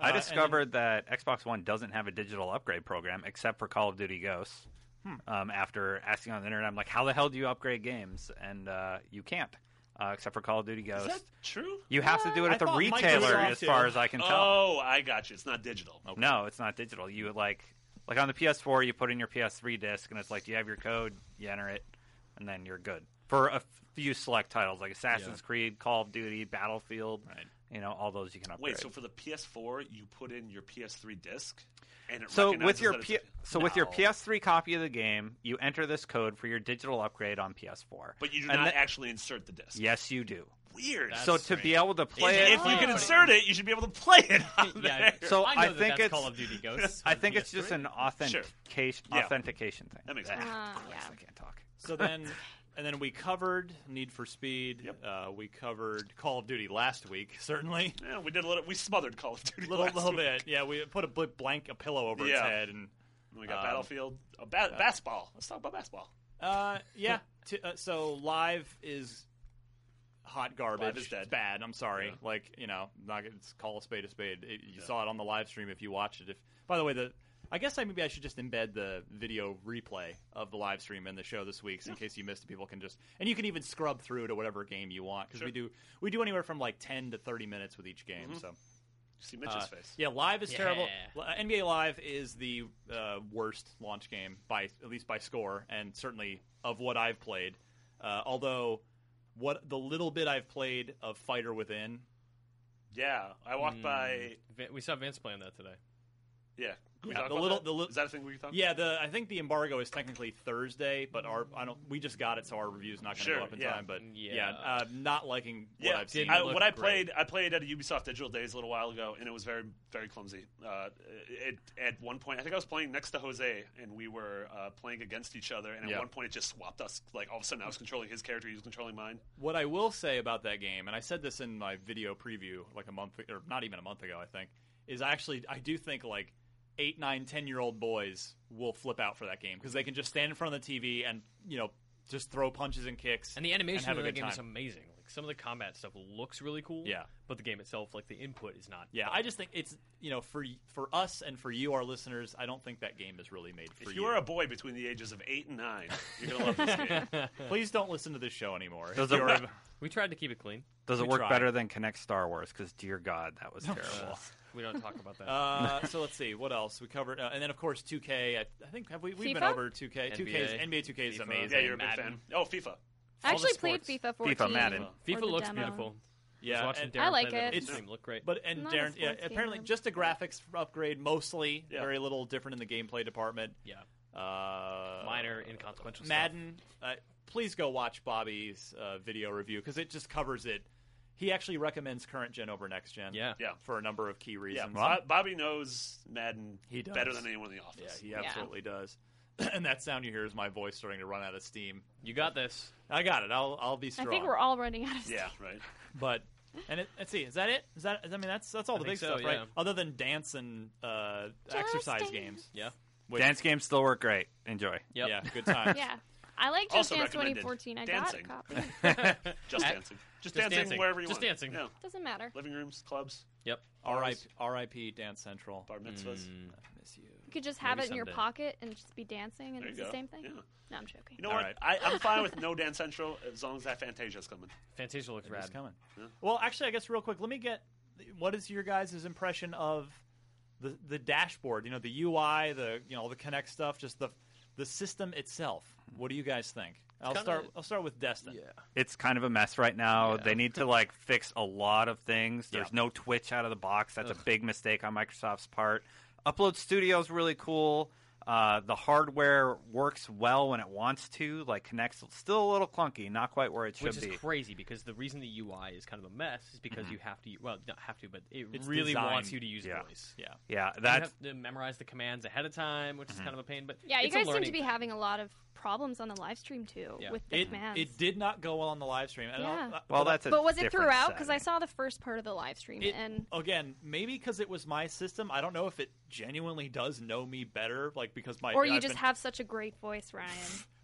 Uh, I and discovered that Xbox One doesn't have a digital upgrade program except for Call of Duty Ghosts. Hmm. Um, after asking on the internet, I'm like, how the hell do you upgrade games? And uh, you can't, uh, except for Call of Duty Ghosts. Is that true? You have to do it I at the thought retailer, Microsoft as far did. as I can tell. Oh, I got you. It's not digital. No, it's not digital. You would like like on the PS4, you put in your PS3 disc, and it's like, do you have your code? You enter it, and then you're good for a few select titles like Assassin's Creed, Call of Duty, Battlefield. Right. You know, all those you can upgrade. Wait, so for the PS4, you put in your PS3 disc, and it So recognizes with your that it's P- a- so with your No. PS3 copy of the game, you enter this code for your digital upgrade on PS4. but you do And not then- actually insert the disc. Yes, you do. weird. so to be able to play it, if, if you can insert it, you should be able to play it. On yeah, there. So I know I that think that's it's- Call of Duty Ghosts. I on think it's just PS3. an authentication Yeah. authentication thing. That makes Ah, sense. Ah, of course yeah. I can't talk. So then, and then we covered Need for Speed. Uh, we covered Call of Duty last week, certainly. yeah, we did a little. We smothered Call of Duty. little last little week. bit, yeah. We put a bl- blank a pillow over its Yeah. head, and And we got Um, Battlefield, uh, ba- basketball. Let's talk about basketball. uh, yeah. T- uh, so live is hot garbage. Live is dead. It's bad. I'm sorry. Like you know, not it's call a spade a spade. It, you saw it on the live stream if you watched it. If by the way, the I guess I maybe I should just embed the video replay of the live stream in the show this week, so in case you missed it, people can just and you can even scrub through to whatever game you want because we do we do anywhere from like ten to thirty minutes with each Mm-hmm. game. So. You see Mitch's Uh, face. Yeah, live is terrible. Yeah. L- NBA Live is the uh, worst launch game by at least by score, and certainly of what I've played. Uh, although what the little bit I've played of Fighter Within. Yeah, I walked by. Vin- Hmm. we saw Vince playing that today. Yeah, Can we Yeah, talk the about little- that? the li- is that a thing we can talk? Yeah, the I think the embargo is technically Thursday, but our I don't we just got it, so our review's not going to Sure, go up in yeah. time. But yeah, Yeah. uh, not liking what yeah, I've seen. I, Didn't look what I great. played, I played at a Ubisoft Digital Days a little while ago, and it was very, very clumsy. Uh, it, at one point, I think I was playing next to Jose, and we were uh, playing against each other. And at Yeah. one point, it just swapped us. Like all of a sudden, I was controlling his character, he was controlling mine. What I will say about that game, and I said this in my video preview like a month or not even a month ago, I think, is I actually I do think like eight, nine, ten year old boys will flip out for that game because they can just stand in front of the TV and you know just throw punches and kicks And the animation have of a the good game is time. amazing. Like some of the combat stuff looks really cool. Yeah. But the game itself, like the input, is not. Yeah, I just think it's you know for for us and for you, our listeners. I don't think that game is really made for If you are a boy between the ages of eight and nine, you're gonna love this game. Please don't listen to this show anymore. Does it You're- work? We tried to keep it clean. Does We it work tried. better than Connect Star Wars? Because dear God, that was Uh, terrible. we don't talk about that. Uh, so let's see what else we covered, uh, and then of course 2K. I, I think have we we've been FIFA? over 2K. 2K 's- NBA, NBA 2K is FIFA. amazing. yeah, you're a big Madden. fan. Oh, FIFA. I All the actually played sports. FIFA 14. FIFA, Madden. or FIFA the looks demo. beautiful. I was Yeah, watching and- Darren I like play that it. on It's- stream. Looked great. But and Not a Darren, yeah, sports game, apparently though. just a graphics upgrade mostly. Yeah. Very little different in the gameplay department. yeah, Uh, minor inconsequential. Madden. Uh, please go watch Bobby's uh, video review because it just covers it. He actually recommends current gen over next gen. Yeah. Yeah. for a number of key Yeah, reasons. Bo- Bobby knows Madden He does. better than anyone in the office. Yeah, he Yeah. absolutely does. and that sound you hear is my voice starting to run out of steam. stuff. You got this. I got it. I'll I'll be I strong. think we're all running out of Yeah, steam. right. But and it, let's see. Is that it? Is that I mean that's that's all the big think so, stuff, right? yeah. Other than dance and uh, Just exercise dance. games. Yeah. Dance games still work great. Enjoy. Yep. Yeah, good times. Yeah. I like Just Also Dance recommended 2014. I dancing. got a copy. Just At- dancing. Just, just dancing, dancing. wherever you Just want. dancing. Yeah. Doesn't matter. Living rooms, clubs, Yep. Mm. R.I.P. R.I.P. Dance Central. bar mitzvahs. Miss you. You could just have Maybe it in your someday. pocket and just be dancing, and There it's you the go. same thing. Yeah. No, I'm joking. You know All what? right. I, I'm fine with no Dance Central as long as that Fantasia's coming. Fantasia looks It's rad. coming. Well, actually, I guess real quick, let me get what is your guys' impression of the the dashboard? You know, the UI, the you know, all the Connect stuff, just the the system itself. What do you guys think? I'll kinda- start. I'll start with Destin. It's kind of a mess right now. Yeah. They need to like fix a lot of things. There's Yeah. no Twitch out of the box. That's a big mistake on Microsoft's part. Upload Studio's really cool. Uh, the hardware works well when it wants to. Like Connect's still a little clunky, not quite where it should Which is be. crazy because the reason the UI is kind of a mess is because Mm-hmm. you have to, well, not have to, but it It's really designed- wants you to use yeah. voice. Yeah. Mm-hmm. yeah, You that's have to memorize the commands ahead of time, which is kind of a pain. But Yeah, you it's a guys seem to learning be thing. having a lot of problems on the live stream too Yeah. with the It commands. it uh, did not go well on the live stream. And I'll- Yeah. well. That's a but was it different throughout? Because I setting. saw the first part of the live stream, It- and again, maybe because it was my system. I don't know if it genuinely does know me better, like because my or you I've just been- have such a great voice, Ryan,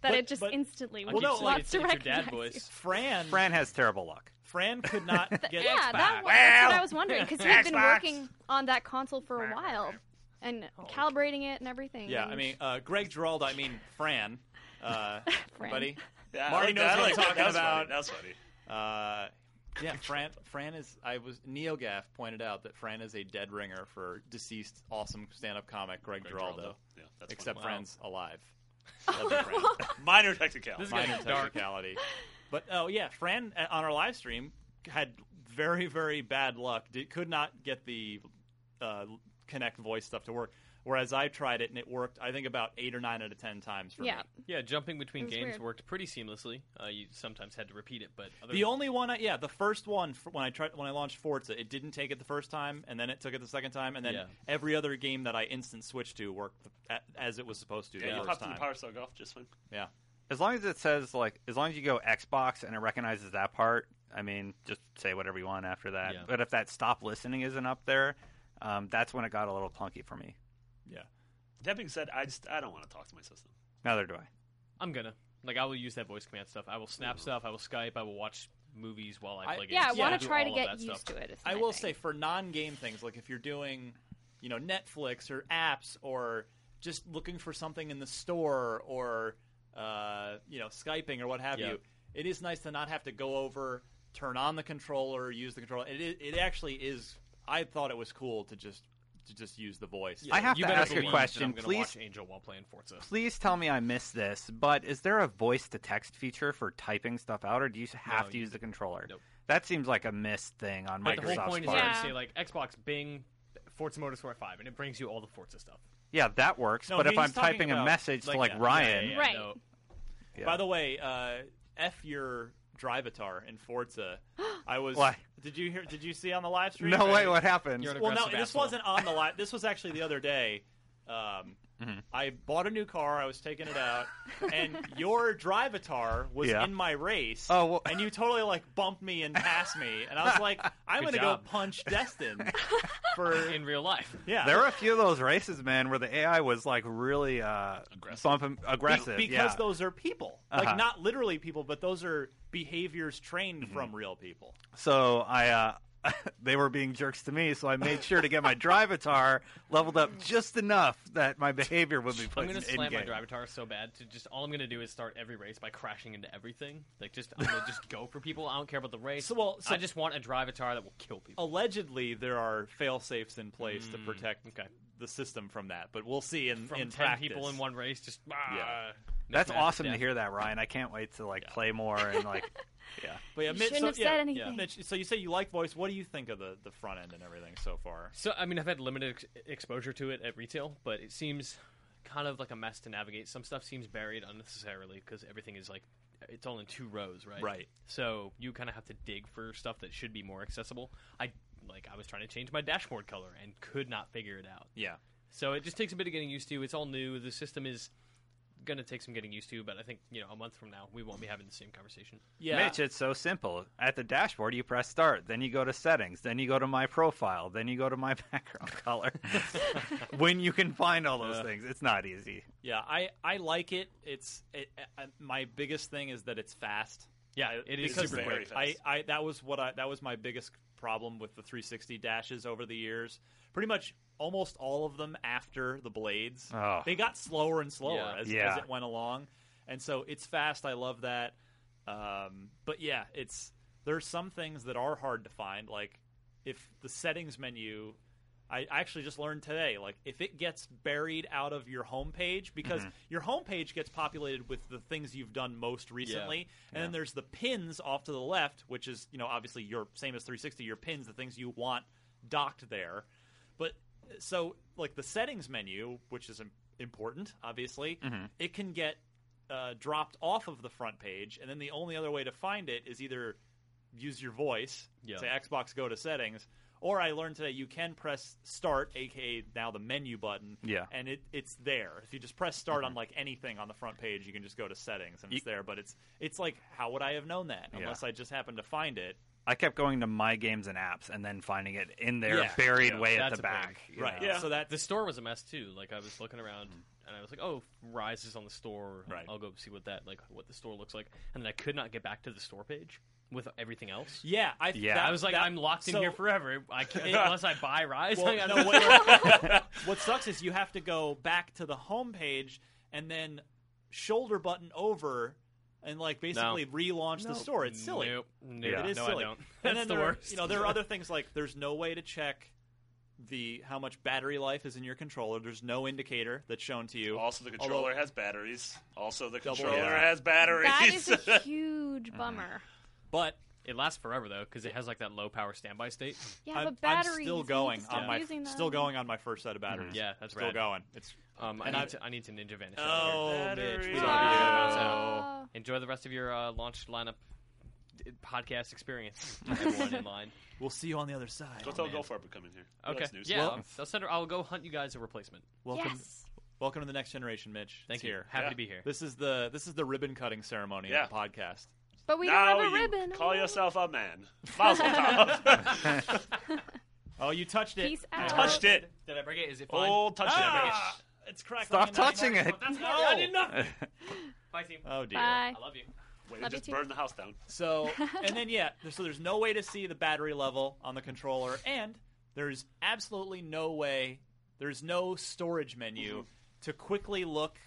that But- it just but- instantly I Well, keep no, saying like, wants it's, to it's your recognize dad voice. Fran. Fran has terrible luck. Fran could not get you. Yeah, that Xbox. was, that's what Well. I was wondering because we've been Xbox. working on that console for a while and calibrating it and everything. Yeah, and I mean, uh, Greg Giraldo, I mean, Fran. Uh, Fran. Buddy. Yeah, Marty I like that. knows what I I'm like that. talking That was about. Funny. That was funny. Uh, yeah, Fran. Fran is. I was NeoGaf pointed out that Fran is a dead ringer for deceased awesome stand-up comic Greg, Giraldo, Giraldo. Yeah, that's except funny. Fran's alive. Love you, Fran. funny. minor technicality. This is Minor getting dark. technicality. But oh yeah, Fran uh, on our live stream had very very bad luck. Did, could not get the uh, Connect voice stuff to work. Whereas I tried it and it worked. I think about eight or nine out of ten times for me. yeah, Yeah, jumping between was games weird. worked pretty seamlessly. Uh, you sometimes had to repeat it, but other The only one, I, yeah, the first one f- when I tried when I launched Forza, it didn't take it the first time, and then it took it the second time, and then Yeah. every other game that I instant switched to worked a- as it was supposed to. yeah, the you first popped in time. the Power Star Golf just fine. yeah, As long as it says like, as long as you go Xbox and it recognizes that part, I mean, just say whatever you want after that. Yeah. But if that stop listening isn't up there, um, that's when it got a little clunky for me. yeah. That being said, I just I don't want to talk to my system. Neither do I. I'm gonna like I will use that voice command stuff. I will snap stuff. I will Skype. I will watch movies while I I- play games. yeah. I Yeah, want do to try all to of get that used stuff. to it. is I my will say thing. for non-game things, like if you're doing, you know, Netflix or apps or just looking for something in the store or uh, you know, skyping or what have Yeah. you, it is nice to not have to go over, turn on the controller, use the controller. It i- it actually is. I thought it was cool to just to just use the voice. I have You to better ask a believe that question, I'm gonna please. Watch Angel while playing Forza. Please tell me I missed this, but is there a voice to text feature for typing stuff out, or do you have No, to you- use the controller? Nope. That seems like a missed thing on But Microsoft's the whole point part. is Yeah. you say like Xbox Bing, Forza Motorsport 5, and it brings you all the Forza stuff. Yeah, that works. No, but if he's I'm talking typing a about, message like, to like yeah, yeah, Ryan, yeah, Right. no. Yeah. By the way, uh, f your drivatar in Forza. I was. Why? Did you hear? Did you see on the live stream? no way, what happened? You're an Well, no, aggressive this asshole. wasn't on the live. This was actually the other day. Um, Mm-hmm. I bought a new car. I was taking it out, and your drivatar was Yeah. in my race. Oh, well- and you totally like bumped me and passed me, and I was like, I'm Good gonna job. go punch Destin for in real life. yeah. There were a few of those races, man, where the AI was like really uh, Aggressive. bumping Be- aggressive. because yeah. those are people, like Uh-huh. not literally people, but those are behaviors trained Mm-hmm. from real people. So I, uh, they were being jerks to me. So I made sure to get my drivatar leveled up just enough that my behavior would be put I'm gonna in slam my in-game. Drivatar so bad to just all I'm gonna do is start every race by crashing into everything. Like just I'm gonna just go for people. I don't care about the race. So, well, so- I just want a Drivatar that will kill people. Allegedly, there are fail safes in place to protect okay. the system from that, but we'll see in Mm. From in ten practice. people in one race, just ah, Yeah. That's mismatch awesome to death. hear that, Ryan. I can't wait to like play more and like, yeah. But yeah, You Mitch, shouldn't so, have yeah, said yeah. anything. Mitch, so you say you like voice. What do you think of the, the front end and everything so far? So I mean, I've had limited ex- exposure to it at retail, but it seems kind of like a mess to navigate. Some stuff seems buried unnecessarily because everything is like it's all in two rows, right? Right. So you kind of have to dig for stuff that should be more accessible. I like I was trying to change my dashboard color and could not figure it out. Yeah. So it just takes a bit of getting used to. It's all new. The system is going to take some getting used to, but I think you know a month from now we won't be having the same conversation. Yeah. Mitch, it's so simple. At the dashboard, you press start, then you go to settings, then you go to my profile, then you go to my background color. when you can find all those things, it's not easy. Yeah, I, I like it. It's it, I, my biggest thing is that it's fast. Yeah, I- it is because super very quick. I, fast. I that was what I that was my biggest problem with the 360 dashes over the years. Pretty much almost all of them after the blades, Oh. they got slower and slower Ah. Yeah. As, Yeah. as it went along, and so it's fast. I love that. Um, but yeah, it's there's some things that are hard to find, like if the settings menu I I actually just learned today, like if it gets buried out of your homepage, because your homepage gets populated with the things you've done most recently, and then there's the pins off to the left, which is you know obviously your same as 360, your pins, the things you want docked there, but so like the settings menu, which is im- important, obviously, Mm-hmm. it can get uh, dropped off of the front page, and then the only other way to find it is either use your voice, Yeah. say Xbox Go to settings, or I learned today you can press start, aka now the menu button, Yeah. Mm-hmm. and it it's there. If you just press start on like anything on the front page, you can just go to settings and it's there. But it's it's like how would I have known that Yeah. unless I just happened to find it? I kept going to my games and apps and then finding it in there, Yeah. buried Yeah, way at that's the a big- back. you Right. know? Yeah. So that The store was a mess too. Like I was looking around and I was like, "Oh, Rise is on the store. Right. I'll go see what that like what the store looks like." And then I could not get back to the store page with everything else. yeah, I Yeah. that- I was like, that- "I'm locked in so- here forever. I can't, unless I buy Rise." Well, I gotta- no, what, what sucks is you have to go back to the homepage and then shoulder button over and like basically relaunch the store. It's silly. Nope. Nope. Yeah. It is no, silly. I don't. And That's then the there, worst. You know, there are other things like there's no way to check the how much battery life is in your controller. There's no indicator that's shown to you. Also, the Although- controller has batteries. Also, the Double- controller Yeah. has batteries. That is a huge bummer. but It lasts forever though because it has like that low power standby state. Yeah, I'm, but I'm batteries. you still need to going stop on my using them. still going on my first set of Mm-hmm. batteries. Yeah, that's still rad. going. It's Um, I And need I- to I need to ninja vanish. out of here. oh, Mitch, we Batteries. love you. Oh. Enjoy the rest of your uh, launch lineup d- podcast experience. Everyone in line. We'll see you on the other side. Go tell Oh, man. Gopher we're coming here. Okay. That's news. Yeah, I'll, I'll send her. I'll go hunt you guys a replacement. Welcome, Yes. welcome to the next generation, Mitch. Thank it's you. Here. Happy Yeah. to be here. This is the this is the ribbon cutting ceremony Yeah. of the podcast. But we now don't have a you ribbon. call Oh. yourself a man. Mazel tov. Oh, you touched it. Peace out. Touched it. Did I break it? Is it Old touch Ah, it. it's crackling. Stop and touching nice. it. I didn't know. Bye, team. Oh dear. Bye. I love you. Way to Love you just too. burn the house down. So, and then yeah, there- so there's no way to see the battery level on the controller, and there's absolutely no way, there's no storage menu to quickly look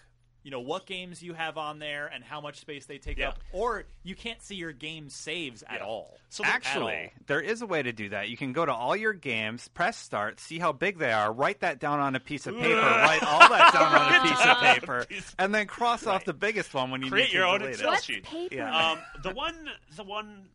you know what games you have on there and how much space they take Yeah. up, or you can't see your game saves at Yeah. all. So the- At all. Actually, there is a way to do that. You can go to all your games, press start, see how big they are, write that down on a piece of paper, write all that down on a piece of paper, and then cross off the biggest one when you Create need to your own delete Excel it. What's sheet. paper? Yeah. um, the one, the one.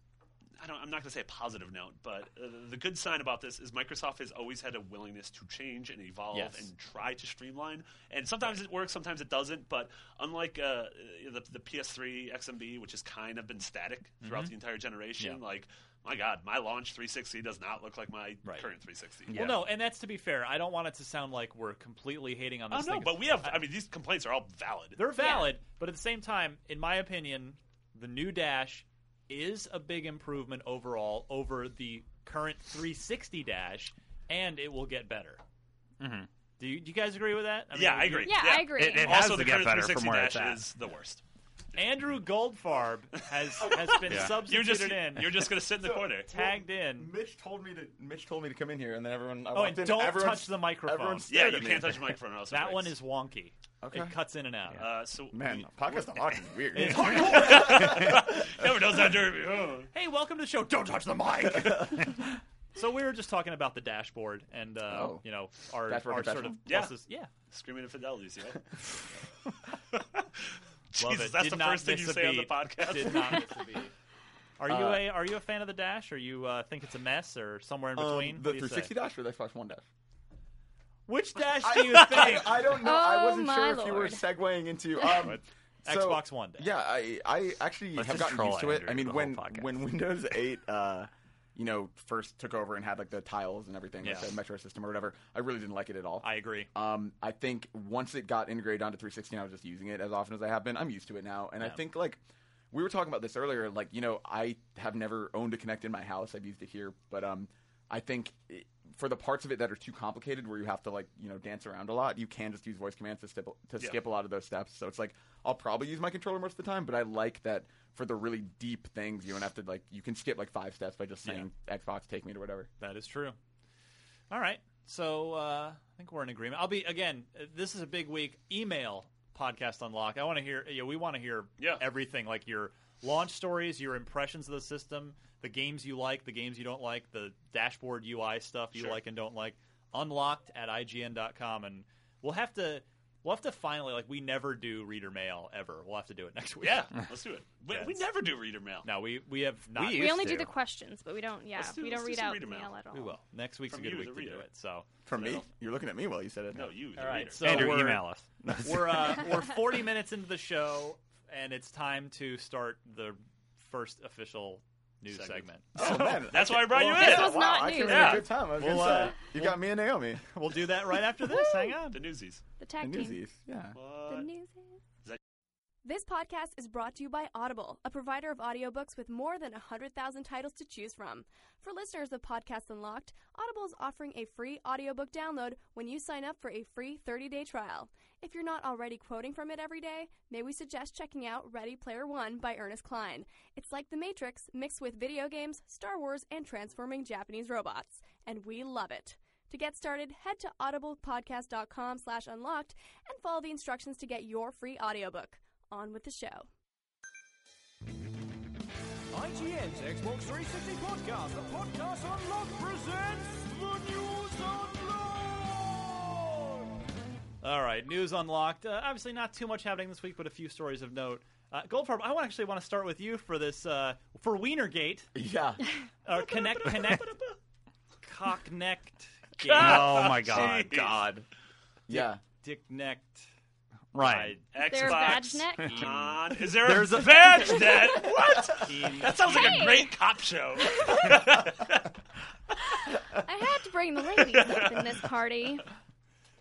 I don't, I'm not going to say a positive note, but uh, the good sign about this is Microsoft has always had a willingness to change and evolve Yes. and try to streamline. And sometimes it works, sometimes it doesn't. But unlike uh, the, the PS3 XMB, which has kind of been static throughout Mm-hmm. the entire generation, Yeah. like my God, my launch 360 does not look like my Right. current 360. Yeah. Well, no, and that's to be fair. I don't want it to sound like we're completely hating on Oh this no, thing. but we have. I mean, these complaints are all valid. They're valid, but at the same time, in my opinion, the new Dash is a big improvement overall over the current 360 Dash, and it will get better. Mhm. Do, you, do you guys agree with that? I Mm-hmm. mean, yeah, do I you- agree. Yeah, I agree. It- it- has also, to the get current better 360 from where dash it's at. is the worst. Andrew Goldfarb has has been Yeah. You're substituted just in, you're just gonna sit in the corner. tagged in. Mitch told me to. Mitch told me to come in here, and then everyone. I Oh, walked and in, don't everyone- touch the microphone. everyone Yeah, stared you at me. can't touch the microphone. Or else it That one breaks. is wonky. Okay. It cuts in and out. Uh, so Man, podcast on hockey is weird. never knows how derby. Oh. Hey, welcome to the show. Don't touch the mic. so we were just talking about the dashboard and uh, Oh. you know our, Dashboard our confessional? sort of Yeah. pluses. Yeah, Screaming infidelities, yo. Love Jesus, it. that's Did the not first thing you miss a say on the beat. podcast. Did not miss a beat. Are you Uh, a are you a fan of the dash? Or you uh, think it's a mess or somewhere in between? Um, the What do you say? 360 dash or the Xbox One dash? Which dash do you think? I don't know. I Oh, wasn't sure my if you were lord. segueing into um, so- Xbox One dash. Yeah, I I actually Let's have just gotten troll used to it. Andrew I mean, the when whole podcast. when Windows 8, uh, you know, first took over and had like the tiles and everything, like Yeah. the Metro system or whatever, I really didn't like it at all. I agree. Um, I think once it got integrated onto 360, and I was just using it as often as I have been. I'm used to it now, and I Yeah. think like we were talking about this earlier. Like you know, I have never owned a Kinect in my house. I've used it here, but um, I think it, for the parts of it that are too complicated, where you have to like you know dance around a lot, you can just use voice commands to, stip, to Yeah. skip a lot of those steps. So it's like I'll probably use my controller most of the time, but I like that for the really deep things, you don't have to like you can skip like five steps by just saying Xbox take me to whatever. That is true. All right. So uh, I think we're in agreement. I'll be again. uh, This is a big week. Email podcast unlock. I want to hear. Yeah, we want to hear Yeah. everything like your launch stories, your impressions of the system, the games you like, the games you don't like, the dashboard UI stuff you Sure. like and don't like. Unlocked at ign.com, and we'll have to. We'll have to finally like we never do reader mail ever. We'll have to do it next week. yeah, let's do it. We, Yeah, we it's- never do reader mail. No, we we have not. We we only used do to. the questions, but we don't. Yeah, Let's do- we don't let's do read some out reader mail. mail at all. we will. Next week's From a good you, week the to do reader. it. So For No. me, you're looking at me while you said it. No, you. The All right, reader. so Andrew, we're- email us. we're uh, we're 40 minutes into the show, and it's time to start the first official news segment. Segment. Oh, man. that's why I brought Well, you in. This was wow, not I came news. in at Yeah. a good time. I was Well, gonna say. uh, you got me and Naomi. We'll do that right after this. Hang on. The newsies. The And tag team. Newsies. Yeah. What? that- This podcast is brought to you by Audible, a provider of audiobooks with more than 100,000 titles to choose from. For listeners of Podcasts Unlocked, Audible is offering a free audiobook download when you sign up for a free 30-day trial. If you're not already quoting from it every day, may we suggest checking out Ready Player One by Ernest Klein. It's like The Matrix mixed with video games, Star Wars, and transforming Japanese robots. And we love it. To get started, head to audiblepodcast.com slash unlocked and follow the instructions to get your free audiobook. On with the show. IGN's Xbox 360 podcast, the podcast unlocked, presents the news unlocked. All right, news unlocked. Uh, obviously, not too much happening this week, but a few stories of note. Uh, Goldfarb, I wa- actually want to start with you for this uh, for Wienergate Yeah. or Connect Connect Cocknect Gate, oh my god. God. Yeah. Dicknect. Right. Xbox. There a badge neck? on- Is there Hmm. There's a badge net? What? That sounds like a Hey. great cop show. I had to bring the ladies up in this party.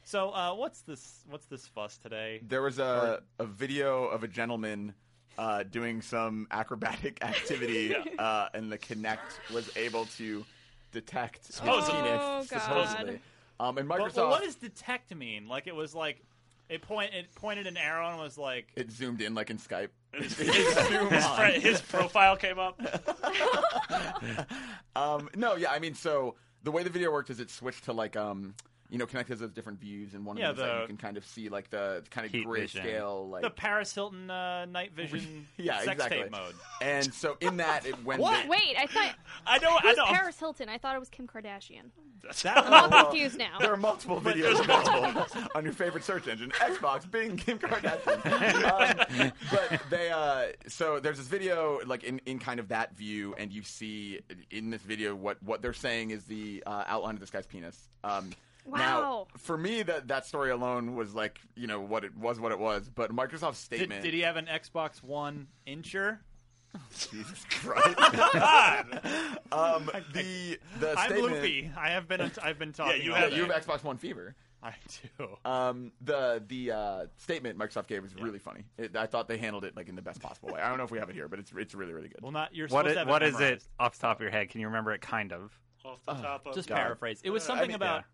So, uh, what's this? What's this fuss today? There was a, a video of a gentleman uh, doing some acrobatic activity, uh, and the Kinect was able to detect Supposedly. his penis. Oh, God. Supposedly. Um, and Well, Microsoft, well, what does detect mean? Like it was like it point it pointed an arrow and was like it zoomed in like in Skype. his, fri- his profile came up. Um, no, yeah, I mean, so the way the video worked is it switched to like um, you know, connected those different views, and one Yeah, of them is like the- you can kind of see like the kind of Heat vision. grayscale, like the Paris Hilton uh, night vision yeah, sex exactly. tape mode. And so in that, it, when What? they- Wait, I thought I know. I who's know. Paris Hilton? I thought it was Kim Kardashian. that, I'm all confused now. There are multiple videos available on your favorite search engine: Xbox, Bing, Kim Kardashian. um, but they, uh, so there's this video, like in, in kind of that view, and you see in this video what what they're saying is the uh, outline of this guy's penis. Um, Now, Wow. for me, that that story alone was like, you know, what it was, what it was. But Microsoft's Did, statement. did he have an Xbox One incher? Jesus Christ. um, the the I'm statement. loopy. I have been I've been talking. you all Yeah, have- day. you have Xbox One fever. I do. Um, the the uh, statement Microsoft gave was really funny. It, I thought they handled it like in the best possible way. I don't know if we have it here, but it's it's really really good. Well, not you're What supposed is, to have what it is it memorized. off the top of your head? Can you remember it? Kind of. Off Oh, the top of Oh, Just God. paraphrase. It was Uh, I something mean, about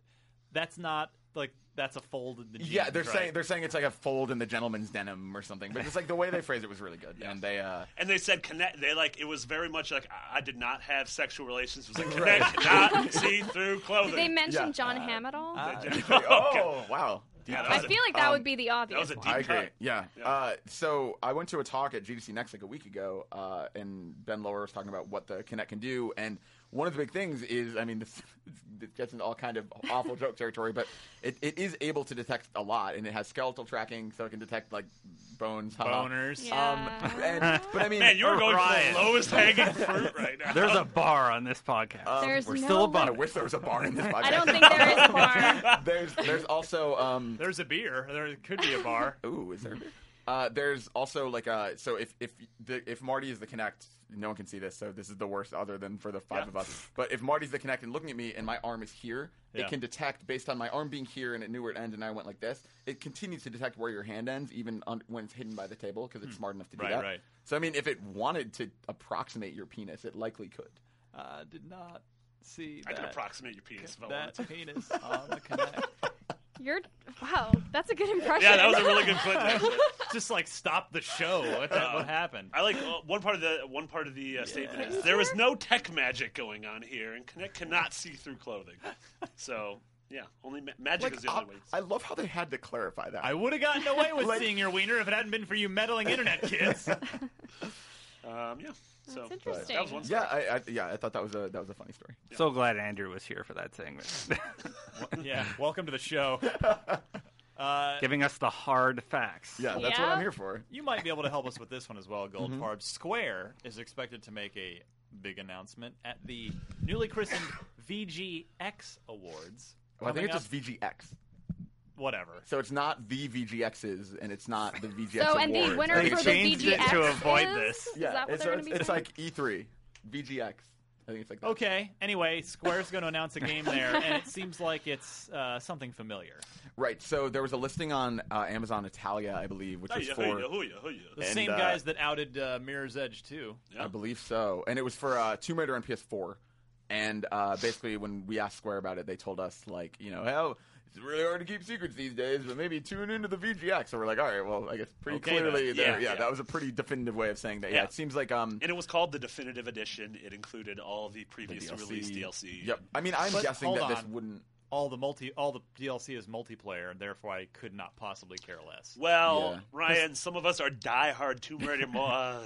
that's not like that's a fold in the jeans. yeah, they're right? saying they're saying it's like a fold in the gentleman's denim or something, but it's like the way they phrased it was really good. And they uh, And they said connect. They like it was very much like I, I did not have sexual relations. It was like connect, not see through clothing. Did they mention Yeah. John Uh, Hamm at all? oh wow, Deep Yeah, that I was a- cut. feel like that um, would be the obvious. that one. was a deep I agree. cut. Yeah. Yeah. Uh, so I went to a talk at GDC Next like a week ago, uh, and Ben Lower was talking about what the Kinect can do. And one of the big things is, I mean, this, this gets into all kind of awful joke territory, but it, it is able to detect a lot, and it has skeletal tracking, so it can detect like bones. haha. boners. Um, and, but I mean, Man, you're going Orion. for the lowest hanging fruit right now. There's a bar on this podcast. There's We're no still a I bar. wish there was a bar in this podcast. I don't think there is a bar. there's there's also um, There's a beer. There could be a bar. Ooh, is there? Uh, there's also like uh so if if the, if Marty is the connect, no one can see this, so this is the worst other than for the five Yeah. of us. But if Marty's the connect and looking at me and my arm is here, Yeah. it can detect based on my arm being here and it knew where it ended and I went like this. It continues to detect where your hand ends even on, when it's hidden by the table because it's smart enough to do Hmm. Right, that. right. So I mean, if it wanted to approximate your penis, it likely could. Uh, did not see I that. can approximate your penis if I wanted that to. penis um, on the connect. You're wow. That's a good impression. Yeah, that was a really good clip. actually. Just like stop the show. What, the- what happened? I like uh, one part of the one part of the uh, statement is there is no tech magic going on here, and Connect cannot see through clothing. So yeah, only ma- magic Like, uh, is the I, only way. I love how they had to clarify that. I would have gotten away with seeing your wiener if it hadn't been for you meddling internet kids. Um, yeah, so That's interesting. That was one. yeah, I, I yeah, I thought that was a that was a funny story. So glad Andrew was here for that segment, yeah, welcome to the show. giving us the hard facts. Yeah, that's what Yeah. I'm here for. Uh, Mm-hmm. You might be able to help us with this one as well, Gold Farb. Square is expected to make a big announcement at the newly christened VGX Awards. Well, I think coming it's up- just VGX. whatever. So it's not the VGXs, and it's not the VGX. So and the awards. winner They for the changed it VGX to avoid is? this. Is yeah, that what it's, they're it's, going to be? it's saying? like E E3, VGX. I think it's like that. Okay. Anyway, Square's going to announce a game there, and it seems like it's uh, something familiar. right. So there was a listing on uh, Amazon Italia, I believe, which Hey, was yeah, for hey, yeah, who ya, who ya. The And, same uh, guys that outed uh, Mirror's Edge too. Yeah. I believe so, and it was for uh, Tomb Raider on PS4. And uh, basically, when we asked Square about it, they told us like, you know, hell, it's really hard to keep secrets these days, but maybe tune into the VGX. So we're like, all right, well, I guess pretty Okay, then. clearly, there, Yeah, yeah, yeah. that was a pretty definitive way of saying that. Yeah, Yeah. it seems like um, And it was called the definitive edition. It included all the the previous released DLC. Yep. I mean, I'm But guessing hold that this on. wouldn't. All the multi, all the DLC is multiplayer, and therefore I could not possibly care less. Well, Yeah. Ryan, some of us are diehard Tomb Raider. Mon.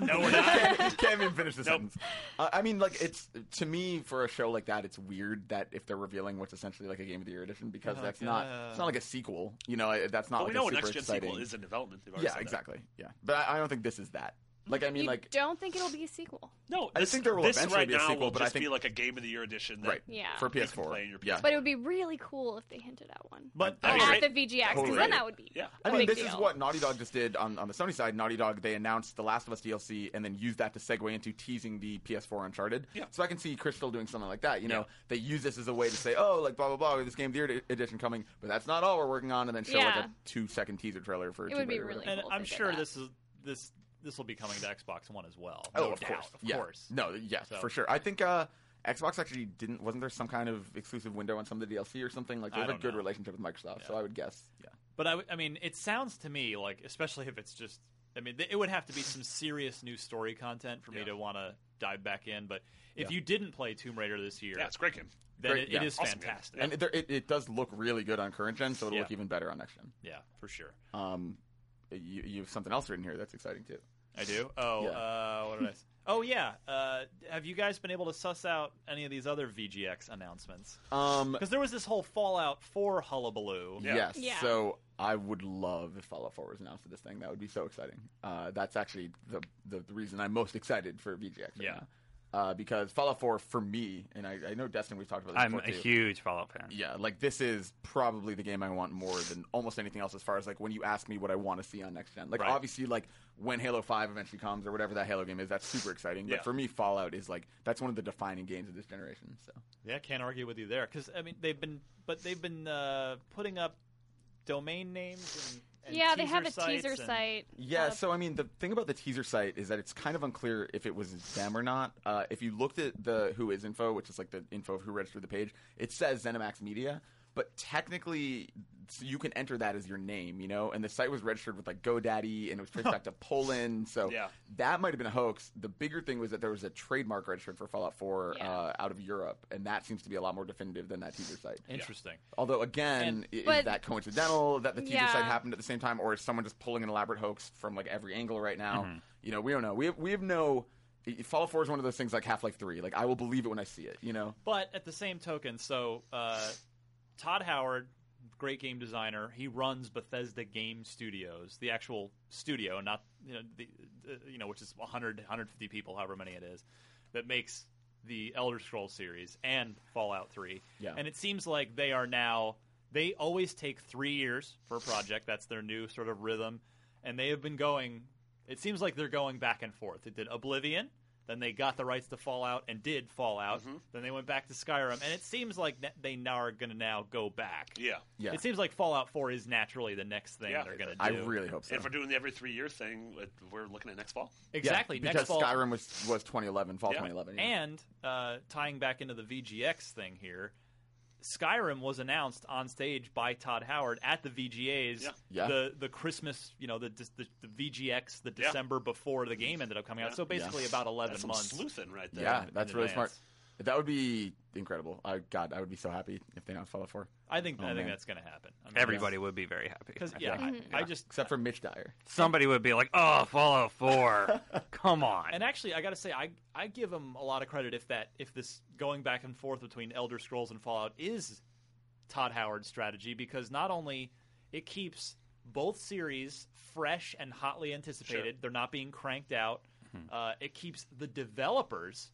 No, we're not. Can't even finish the Nope. sentence. Uh, I mean, like it's to me for a show like that, it's weird that if they're revealing what's essentially like a Game of the Year edition because Oh, that's God. not it's not like a sequel. You know, I- that's not But we like know a an super next gen exciting. sequel is in development. They've already yeah, said that. exactly. Yeah, but I, I don't think this is that. Like, I mean, you like don't think it'll be a sequel, No, I this, think there will this eventually right be a now sequel, will but I just think- be like a Game of the Year edition. That, right Yeah. for You can PS4. play in your yeah, PS4. but it would be really cool if they hinted at one. But That'd be at great. the VGX, because Totally. then that would be. Yeah. a I mean, big this deal. is what Naughty Dog just did on, on the Sony side. Naughty Dog they announced the Last of Us DLC and then used that to segue into teasing the PS4 Uncharted. Yeah. So I can see Crystal doing something like that. You know, Yeah. they use this as a way to say, oh, like blah blah blah, we have this Game of the Year e-, edition coming, but that's not all we're working on, and then show like Yeah. a two second teaser trailer for. It Tomb would be Raider or really whatever. and cool if I'm they did sure that. this is this this will be coming to Xbox One as well. Oh, no of doubt, course, of yeah. course. No, yes, So- for sure. I think. uh Xbox actually didn't. Wasn't there some kind of exclusive window on some of the DLC or something? Like I they have a don't good know. relationship with Microsoft, so I would guess. Yeah. But I, w- I mean, it sounds to me like, especially if it's just I mean, th- it would have to be some serious new story content for me to want to dive back in. But if Yeah. you didn't play Tomb Raider this year, Yeah, it's a great game. then Great, it, yeah. it is Awesome game. fantastic. And there, it, it does look really good on current gen, so it'll look Yeah. even better on next gen. yeah, for sure. Um, you, you have something else written here that's exciting too. I do. Oh, Yeah. uh, what did I? s- Oh yeah. Uh, have you guys been able to suss out any of these other VGX announcements? Um, Because there was this whole Fallout 4 hullabaloo. Yeah. Yes. Yeah. So I would love if Fallout 4 was announced for this thing. That would be so exciting. Uh, that's actually the, the the reason I'm most excited for VGX. Right Yeah. Now. Uh, because Fallout 4 for me, and I, I know Destin, we've talked about this I'm before a too. huge Fallout fan. Yeah, like this is probably the game I want more than almost anything else. As far as like when you ask me what I want to see on next gen, like Right. obviously like when Halo Five eventually comes or whatever that Halo game is, that's super exciting. But Yeah. for me, Fallout is like that's one of the defining games of this generation. So Yeah, can't argue with you there. Because I mean, they've been, but they've been uh, putting up domain names. And, and yeah, they have a sites teaser and- site. Yeah, up. so I mean, the thing about the teaser site is that it's kind of unclear if it was them or not. Uh, if you looked at the Who Is info, which is like the info of who registered the page, it says ZeniMax Media, but technically so you can enter that as your name, you know. And the site was registered with like GoDaddy, and it was traced back to Poland, so Yeah. that might have been a hoax. The bigger thing was that there was a trademark registered for Fallout 4 Yeah. uh, out of Europe, and that seems to be a lot more definitive than that teaser site. Interesting. Although again, And- i- is But- that coincidental that the teaser Yeah. site happened at the same time, or is someone just pulling an elaborate hoax from like every angle right now? Mm-hmm. You know, we don't know. We have, we have no. i- i- Fallout Four is one of those things like Half Life Three. Like I will believe it when I see it. You know. But at the same token, so uh, Todd Howard, great game designer, he runs Bethesda Game Studios, the actual studio, not you know the uh, you know which is 100 150 people, however many it is, that makes the Elder Scrolls series and Fallout 3. Yeah. And it seems like they are now they always take 3 years for a project. That's their new sort of rhythm and they have been going it seems like they're going back and forth. It did Oblivion, then they got the rights to Fallout and did Fallout, Mm-hmm. then they went back to Skyrim, and it seems like ne- they now are going to now go back. Yeah. Yeah. It seems like Fallout 4 is naturally the next thing Yeah. they're going to do. I really hope so. And if we're doing the every three year thing, it- we're looking at next fall. Yeah, Exactly. because next fall Skyrim was was 2011, fall Yeah. 2011. yeah. And uh, tying back into the VGX thing here, Skyrim was announced on stage by Todd Howard at the VGAs. Yeah. Yeah. The the Christmas, you know, the the, the VGX, the Yeah. December before the game ended up coming out. Yeah. So basically about eleven That's some months. sleuthing right there. yeah, in that's really smart. advance. That would be incredible. I God, I would be so happy if they announced Fallout Four. I think Oh, I think man. that's going to happen. I mean, Everybody would be very happy. because I yeah, think. I, I just Except for Mitch Dyer. somebody would be like, "Oh, Fallout 4. Come on." And actually, I got to say, I I give them a lot of credit if that if this going back and forth between Elder Scrolls and Fallout is Todd Howard's strategy because not only it keeps both series fresh and hotly anticipated, they're not being cranked out. Uh, it keeps the developers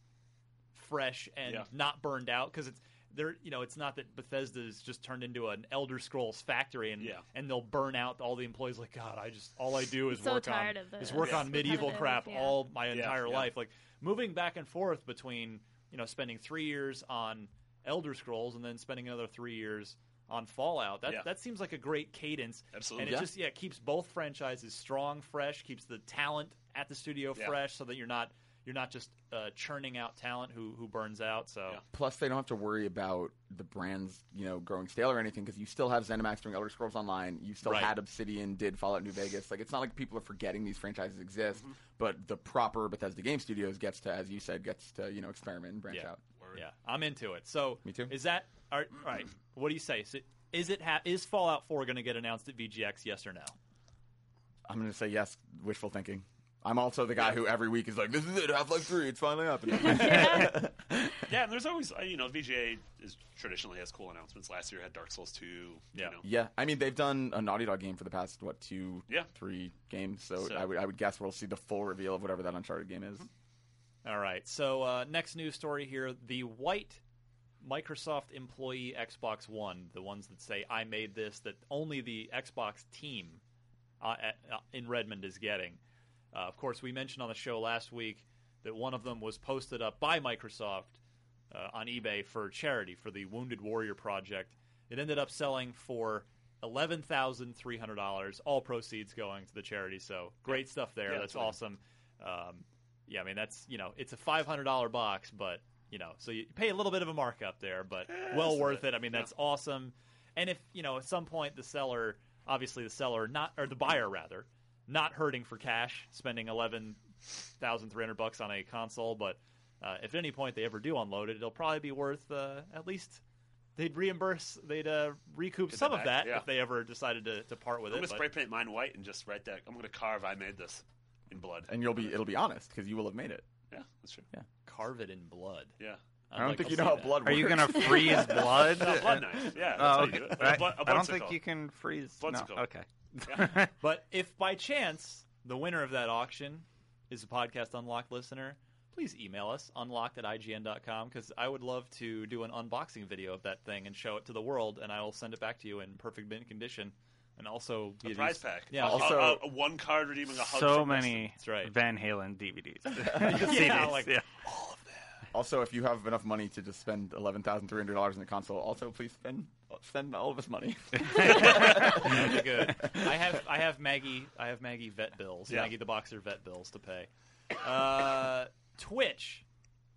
fresh and Yeah. not burned out because it's they're you know it's not that Bethesda's just turned into an Elder Scrolls factory and Yeah. and they'll burn out all the employees like God I just all I do is So work on tired is of this. work Yeah. on medieval Repetitive, crap yeah. all my entire yeah. life like moving back and forth between you know spending three years on Elder Scrolls and then spending another three years on Fallout that Yeah. that seems like a great cadence Absolutely. and it Yeah. just yeah it keeps both franchises strong fresh keeps the talent at the studio Yeah. fresh so that you're not you're not just uh, churning out talent who who burns out so. Yeah. Plus, they don't have to worry about the brands, you know, growing stale or anything because you still have ZeniMax doing Elder Scrolls Online. You still Right. had Obsidian, did Fallout New Vegas. Like, it's not like people are forgetting these franchises exist, but the proper Bethesda Game Studios gets to, as you said, gets to you know experiment and branch Yeah. out. Yeah, I'm into it. So Me too. Is that all right? All right what do you say? Is it is, it ha- is Fallout 4 going to get announced at VGX? Yes or no? I'm going to say yes. Wishful thinking. I'm also the guy who every week is like, "This is it, Half Life Three. It's finally happening." Yeah, and there's always uh, you know VGA is traditionally has cool announcements. Last year had Dark Souls two. Yeah. You know. yeah, I mean, they've done a Naughty Dog game for the past what two, Yeah. three games. So, So- I would I would guess we'll see the full reveal of whatever that Uncharted game is. All right. So uh, next news story here: the white Microsoft employee Xbox One, the ones that say "I made this," that only the Xbox team uh, at, uh, in Redmond is getting. Uh, of course, we mentioned on the show last week that one of them was posted up by Microsoft uh, on eBay for charity for the Wounded Warrior Project. It ended up selling for eleven thousand three hundred dollars. All proceeds going to the charity. So great stuff there. Yeah, that's absolutely. awesome. Um, yeah, I mean that's you know it's a five hundred dollar box, but you know so you pay a little bit of a markup there, but well worth it. I mean that's awesome. And if you know at some point the seller, obviously the seller not or the buyer rather, not hurting for cash, spending eleven thousand three hundred bucks on a console. But uh, if at any point they ever do unload it, it'll probably be worth uh, at least they'd reimburse, they'd uh, recoup Get some that of back, that yeah. if they ever decided to, to part with I'm it. gonna but- spray paint mine white and just write that. I'm gonna carve. I made this in blood. and you'll be it'll be honest because you will have made it. Yeah, that's true. Yeah. carve it in blood. Uh, Yeah. I don't think you know how blood works. Are you gonna freeze blood? No, blood knife. Yeah, that's how Oh, you okay. do it. With a I, blood- a I blood don't think sickle. you can freeze. Blood no, sickle. Okay. Yeah. But if by chance the winner of that auction is a podcast unlocked listener, please email us unlocked at ign.com because I would love to do an unboxing video of that thing and show it to the world, and I will send it back to you in perfect mint condition. And also A give you- prize pack. Yeah, also Also- a, a one card redeeming a hug. so from Rustin. many That's right. Van Halen DVDs. Yeah, CDs, like- yeah. Also, if you have enough money to just spend eleven thousand three hundred dollars in the console, also please spend send all of us money. that'd be good. I have I have Maggie I have Maggie vet bills. Yeah. Maggie the boxer vet bills to pay. Uh, Twitch,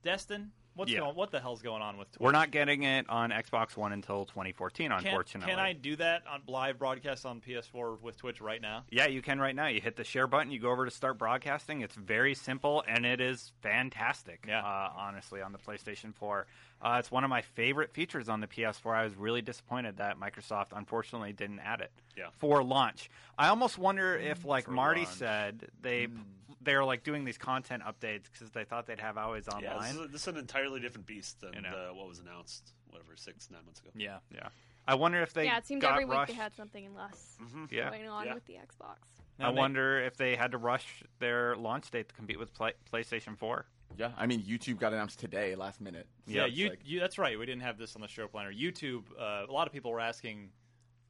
Destin, what's Yeah. going? What the hell's going on with Twitch? We're not getting it on Xbox One until 2014, Can, unfortunately. can I do that on live broadcast on PS4 with Twitch right now? Yeah, you can right now. You hit the share button, you go over to start broadcasting. It's very simple and it is fantastic, Yeah. uh, honestly, on the PlayStation 4. Uh, it's one of my favorite features on the PS4. I was really disappointed that Microsoft unfortunately didn't add it Yeah. for launch. I almost wonder if, like For Marty launch. said, they they're like doing these content updates because they thought they'd have always online. Yeah, this is, this is an entirely different beast than You know. uh, what was announced, whatever, six, nine months ago. Yeah. yeah, I wonder if they yeah, it seemed got every week rushed. they had something less Mm-hmm. yeah, going on Yeah. with the Xbox. I And they- wonder if they had to rush their launch date to compete with play- PlayStation 4. yeah, I mean YouTube got announced today, last minute. So Yeah, it's you, like- you. That's right. We didn't have this on the show planner. YouTube. Uh, a lot of people were asking,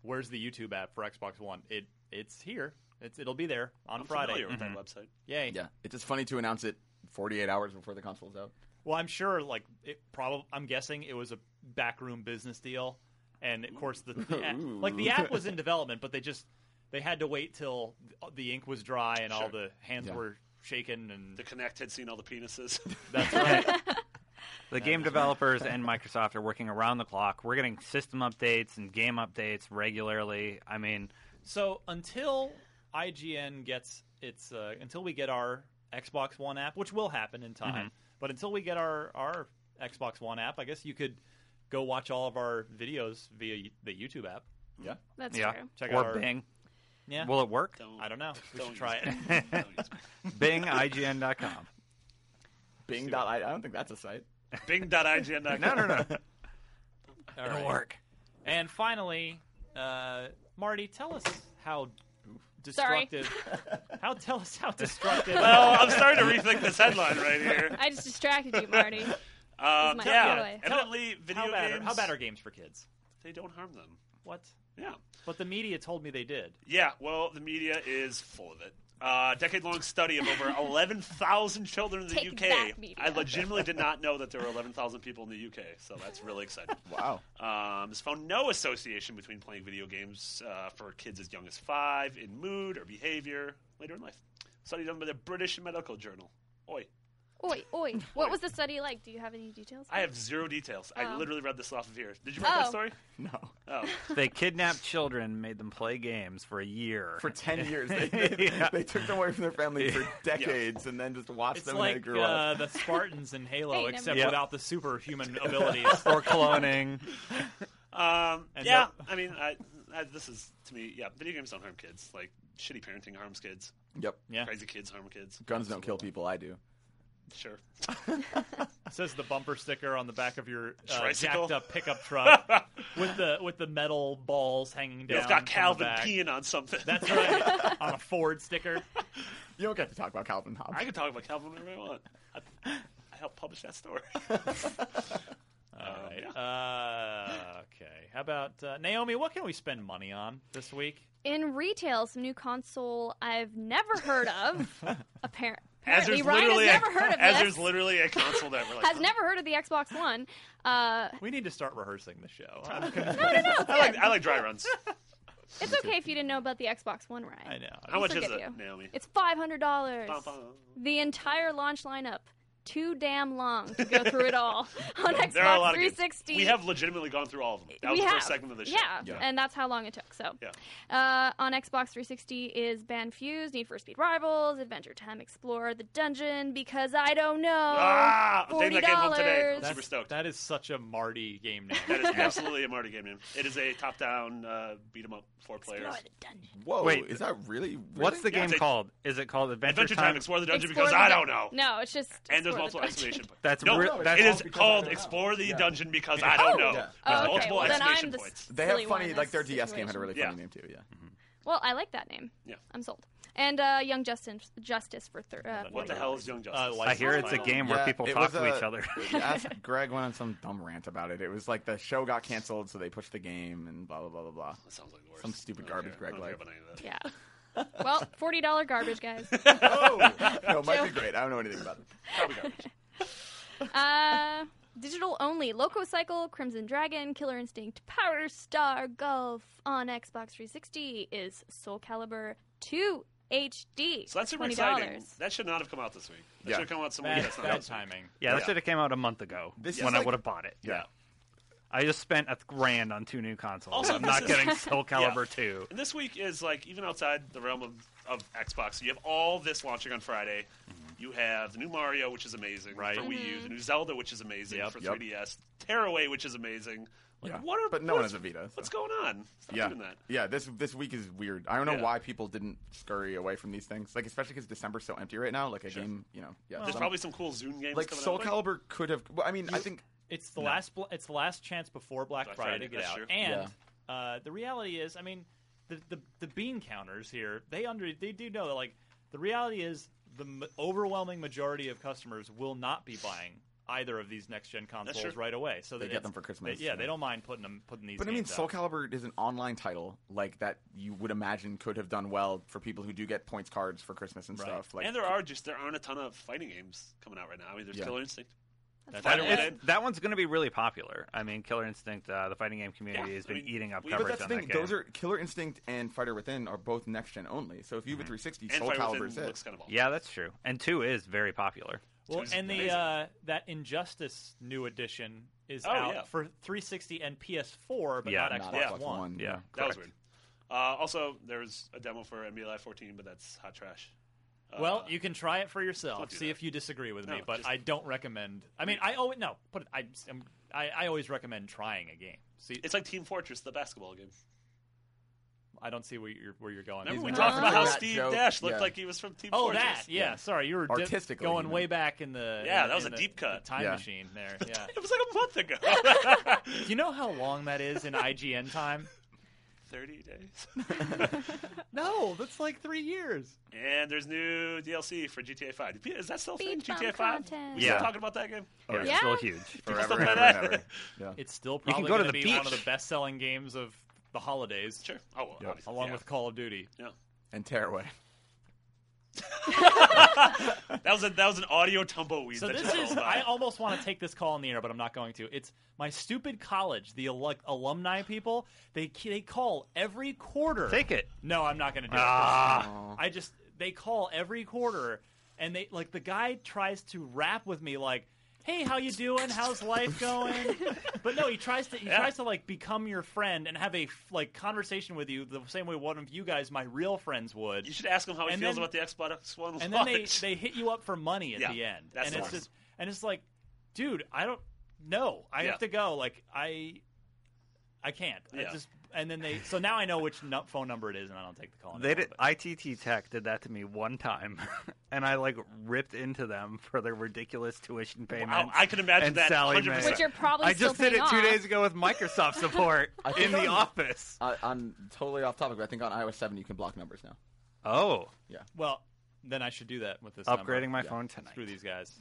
"Where's the YouTube app for Xbox One?" It it's here. It's it'll be there on I'm Friday. familiar with Mm-hmm. that website. Yay! yeah, it's just funny to announce it 48 hours before the console's out. Well, I'm sure. Like, it probably. I'm guessing it was a backroom business deal, and of course the, the app, Ooh. like the app was in development, but they just they had to wait till the ink was dry and all Sure. the hands Yeah. were shaken and The Connect had seen all the penises. that's right. The game developers and Microsoft are working around the clock. We're getting system updates and game updates regularly. I mean, So until IGN gets its, uh, until we get our Xbox One app, which will happen in Mm-hmm. time, but until we get our our Xbox One app, I guess you could go watch all of our videos via y- the YouTube app. Yeah, That's yeah, true. Check or out our- Bing. Yeah. Will it work? Don't- I don't know. We don't use should try me. it. Don't use me. Bing, IGN.com. Bing. Dot, I, I don't think that's a site. Bing.ign.com. No, no, no. All It'll right. work. And finally, uh, Marty, tell us how Sorry. destructive. how tell us how destructive. Well, I'm starting to rethink this headline right here. I just distracted you, Marty. Um, my yeah, takeaway. evidently, video how bad games Are, how bad are games for kids? they don't harm them. What? Yeah. But the media told me they did. Yeah, well, the media is full of it. Uh, decade-long study of over 11,000 children in the Take UK. that, media. I legitimately did not know that there were 11,000 people in the UK, so that's really exciting. Wow. Um, has found no association between playing video games uh, for kids as young as five in mood or behavior later in life. Study done by the British Medical Journal. Oi, Oi, oi. What was the study like? Do you have any details? I have zero details. I Oh. literally read this off of here. Did you read that Oh. story? No, Oh, They kidnapped children, and made them play games for a year. for 10 years they, they, Yeah. they took them away from their family for decades, and then just watched It's them when they like grew uh, up. the Spartans in Halo, Hey, except never- without the superhuman abilities. or cloning. um, And yeah. that- I mean, I, I, this is to me. Yeah, video games don't harm kids. Like shitty parenting harms kids. Yep. Yeah, Crazy kids harm kids. Guns don't kill people. I do. Sure. says the bumper sticker on the back of your uh, Tricycle. jacked up pickup truck with the with the metal balls hanging down. It's got from the Calvin back. peeing on something. That's right on a Ford sticker. Oh, You don't get to talk about Calvin Hobbes. I can talk about Calvin whenever I want. I, I helped publish that story. All right. Uh, okay. How about uh, Naomi? What can we spend money on this week? In retail, some new console I've never heard of. Appar- As apparently, there's Ryan has literally a- never heard of as this. there's literally a console that we're like, has never heard of the Xbox One. Uh, We need to start rehearsing the show. I like I like dry runs. it's okay if you didn't know about the Xbox One, Ryan. I know. How much is forgive it, you. Naomi? It's five hundred dollars. Bum, bum. The entire launch lineup: too damn long to go through it all on Xbox There are a lot of games. 360. We have legitimately gone through all of them. That was We the first have. segment of the show. Yeah. and that's how long it took. So, Yeah. uh, on Xbox 360 is Banfuse, Need for Speed Rivals, Adventure Time Explorer, The Dungeon, because I don't know. Ah, I'm taking Forty that game home today. dollars. I'm super stoked. That is such a Marty game name. That is absolutely a Marty game name. It is a top-down uh, beat 'em up, four players. Explore the dungeon. Whoa, Wait, is that really? What's the Yeah, game it's a- called? Is it called Adventure, Adventure Time, Explore the Dungeon Explore because the I dun- don't know. No, it's just And Explore there's the multiple Dungeon. exclamation points. That's no, re- No, it's that's it called because is I called don't know. Explore the Yeah. Dungeon because I don't know. Yeah. With Oh, okay. multiple Well, then I'm exclamation the s- points. They have Silly one funny, in like this their DS game had a situation. really Yeah. funny name too. Yeah. Well, I like that name. Yeah. I'm sold. And uh, Young Justice, Justice for thir- uh, What the $40. hell is Young Justice? Mm-hmm. Uh, I hear Oh, it's a wow. game Yeah, where people it talk was to a- each other. ask Greg went on some dumb rant about it. It was like the show got canceled, so they pushed the game and blah blah blah blah blah. That sounds like the worst. Some stupid I don't garbage care. Greg I don't care like. about any of that. Yeah. Well, forty dollar garbage, guys. oh, no, it might be great. I don't know anything about it. Probably garbage. Uh, digital only. Loco Cycle, Crimson Dragon, Killer Instinct, Power Star Golf on Xbox 360 is Soul Calibur 2 HD. So that's super $20. exciting. That should not have come out this week. That Yeah. should have come out some week. Bad, That's not bad out this week. timing. yeah, that Yeah. should have came out a month ago This is when I like- would have bought it. Yeah. I just spent a grand on two new consoles. Also, I'm this not is- getting Soul Yeah. Calibur 2. And this week is like even outside the realm of, of Xbox. You have all this launching on Friday. Mm-hmm. You have the new Mario, which is amazing Right. for Wii U, the new Zelda, which is amazing Yep. for Yep. 3DS, Tearaway, which is amazing. Like Yeah. what are But no what one is- has a Vita, so. What's going on? Stop Yeah, doing that. yeah. This this week is weird. I don't know Yeah. why people didn't scurry away from these things. Like especially because December's so empty right now. Like a game, you know. Yeah, There's some- probably some cool Zune games like coming Soul out. Calibur could have. Well, I mean, I think It's the last. Bl- it's the last chance before Black Black Friday, Friday, to get that's out. true. And uh, the reality is, I mean, the, the the bean counters here, they under they do know that like the reality is the m- overwhelming majority of customers will not be buying either of these next gen consoles true. right away. So They that get it's- them for Christmas, they- yeah, yeah. they don't mind putting them putting these. But I mean, games Soul out. Calibur is an online title like that you would imagine could have done well for people who do get points cards for Christmas and Right. stuff. Like, and there are just there aren't a ton of fighting games coming out right now. I mean, there's Yeah. Killer Instinct. That's Fighter it. Within. It's- that one's going to be really popular. I mean, Killer Instinct, uh, the fighting game community Yeah, has I been mean, eating up we- but but coverage that's the on thing; that game. those are Killer Instinct and Fighter Within are both next gen only. So if you have a 360, Mm-hmm. And Soul Fire Calibur is Within it. looks kind of awesome. Yeah, that's true. And two is very popular. Well, Which is and the amazing. uh, that Injustice new edition is Oh, out yeah. for 360 and PS4, but Yeah, not Not Xbox Xbox One. One. Yeah, That was correct. weird. Uh, also, there's a demo for NBA Live 14, but that's hot trash. Uh, Well, you can try it for don't yourself. do See that. if you disagree with me, No, but just- I don't recommend. I mean, I always no, but I, I'm- I I always recommend trying a game. See, it's like Team Fortress, the basketball game. I don't see where you're where you're going. Remember we These talked are- about how That Steve joke, Dash looked yeah. like he was from Team Oh, Fortress. that yeah. Sorry, you were di- Artistically, going you way mean. back Uh, in the Yeah, in- that was in a the- deep cut. the time Yeah. machine there. Yeah, It was like a month ago. do you know how long that is in IGN time? 30 days. No, that's like three years. And there's new DLC for GTA 5. Is that still a thing? Speed bump GTA 5? content. We still Yeah. talking about that game? Oh, yeah. It's Yeah. still huge. Forever, play and ever, that. and ever. Yeah. It's still can probably go to gonna the be one of beach. the best selling games of the holidays, Sure. Oh, well, obviously. along yeah. with Call of Duty. And Tearaway. Yeah. That was, a, that was an audio tumbleweed. So that this just rolled is. by. I almost want to take this call in the air, but I'm not going to. It's my stupid college, the alu- alumni people. They ca- they call every quarter. Take it. No, I'm not going to do Ah. it. I just they call every quarter, and they like the guy tries to rap with me like. Hey, how you doing? How's life going? but no, he tries to he tries to like become your friend and have a f- like conversation with you the same way one of you guys, my real friends, would. you should ask him how he And feels then- about the Xbox One and then launch. they, they hit you up for money at Yeah, the end that's and the it's worst. just and it's like dude i don't know i Yeah. have to go like i i can't Yeah. I just and then they so now i know which nu- phone number it is and i don't take the call They anymore, did. but- ITT Tech did that to me one time, and I like ripped into them for their ridiculous tuition payments. I can imagine and that Sally 100%. Mae. Which you're probably I still just did paying it two off. days ago with Microsoft support think in the I'm- office. I, I'm totally off topic, but I think on iOS 7 you can block numbers now. Oh, well then i should do that with this upgrading number. my Yeah. phone tonight. screw these guys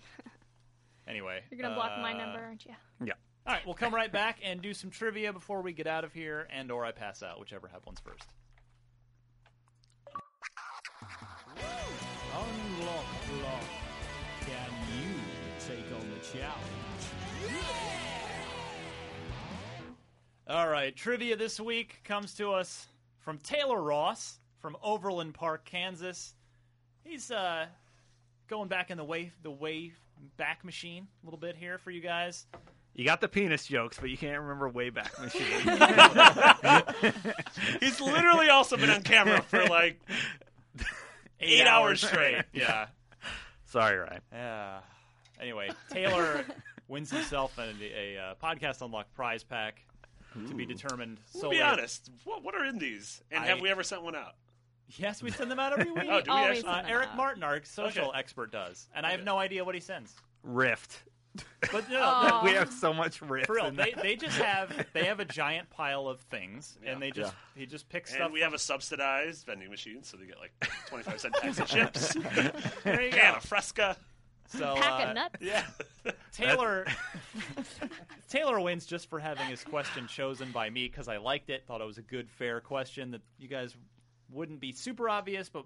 anyway You're gonna block my uh, number, aren't you? Yeah. all right we'll come right back and do some trivia before we get out of here and or i pass out whichever happens first Unlock Lock. Can you take on the challenge? All right, trivia this week comes to us from Taylor Ross from Overland Park, Kansas. He's uh going back in the way the way back machine a little bit here for you guys. You got the penis jokes, but you can't remember Wayback Machine. He's literally also been on camera for like eight, hours straight. Yeah. Sorry, Ryan. Uh, anyway, Taylor wins himself a, a uh, podcast unlocked prize pack to be determined. We'll so be honest. What, what are in these? And have I- we ever sent one out? Yes, we send them out every week. Oh, do we always actually? send uh, them Eric out. Martin, our social expert, does, and I have Okay. no idea what he sends. Rift. But no, Aw. we have so much rift. for real, in that. they, they just have they have a giant pile of things, and they just he just picks And stuff. we have a subsidized vending machine, so they get like 25 cent packs of chips, from- there you can go. of Fresca. So, Pack uh, of nuts. Yeah. Taylor Taylor wins just for having his question chosen by me because I liked it, thought it was a good, fair question that you guys wouldn't be super obvious, but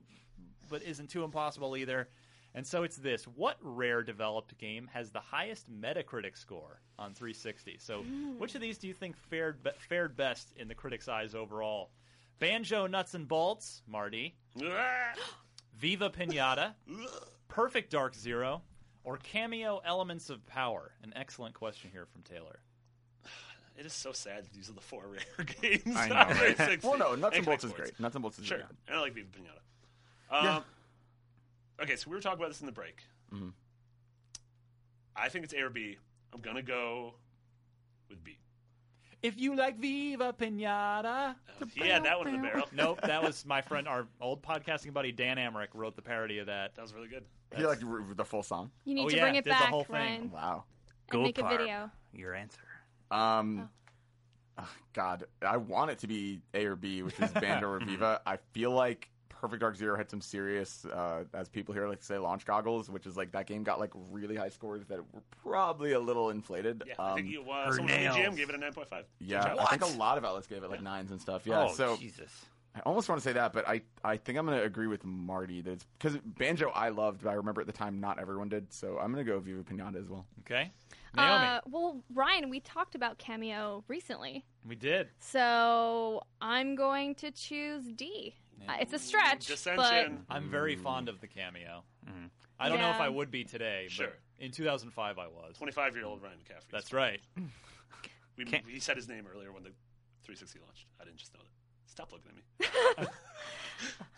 but isn't too impossible either. And so it's this: What rare developed game has the highest Metacritic score on 360? So, Hmm. which of these do you think fared be- fared best in the critics' eyes overall? Banjo Nuts and Bolts, Marty. Viva Pinata, Perfect Dark Zero, or Cameo Elements of Power? An excellent question here from Taylor. It is so sad that these are the four rare games. I know, on right? 360. Well, no, nuts and bolts is Xbox. great. Nuts and bolts is Sure. great. And I like Viva Pinata. Um, Okay, so we were talking about this in the break. Mm-hmm. I think it's A or B. I'm going to go with B. If you like Viva Pinata. He had that one in the barrel. nope, that was my friend, our old podcasting buddy Dan Amrick wrote the parody of that. That was really good. He like r- the full song. You need Oh, to yeah, bring it did the back, whole thing. Ryan, Wow. and Gold make a Parb, video. Oh. Your answer. Um, ah, God, I want it to be A or B, which is Band or Viva. I feel like Perfect Dark Zero had some serious, uh, as people here like to say, launch goggles, which is like that game got like really high scores that were probably a little inflated. Yeah, I think Um, you, uh, someone from the nails. GM gave it a 9.5. yeah, I think a lot of outlets gave it like nines and stuff. Yeah, oh, so Jesus. I almost want to say that, but I, I think I'm going to agree with Marty that it's because Banjo I loved, but I remember at the time not everyone did, so I'm going to go Viva Pinata as well. Okay? Naomi. Uh, well, Ryan, we talked about Cameo recently, we did. so I'm going to choose D. Uh, it's a stretch, but Dissension. I'm Mm. very fond of the cameo. Mm-hmm. I don't know if Yeah. I would be today, Sure. but in 2005 I was. 25 year old Ryan McCaffrey. That's right. We, Can't- he said his name earlier when the 360 launched. I didn't just know that. Stop looking at me.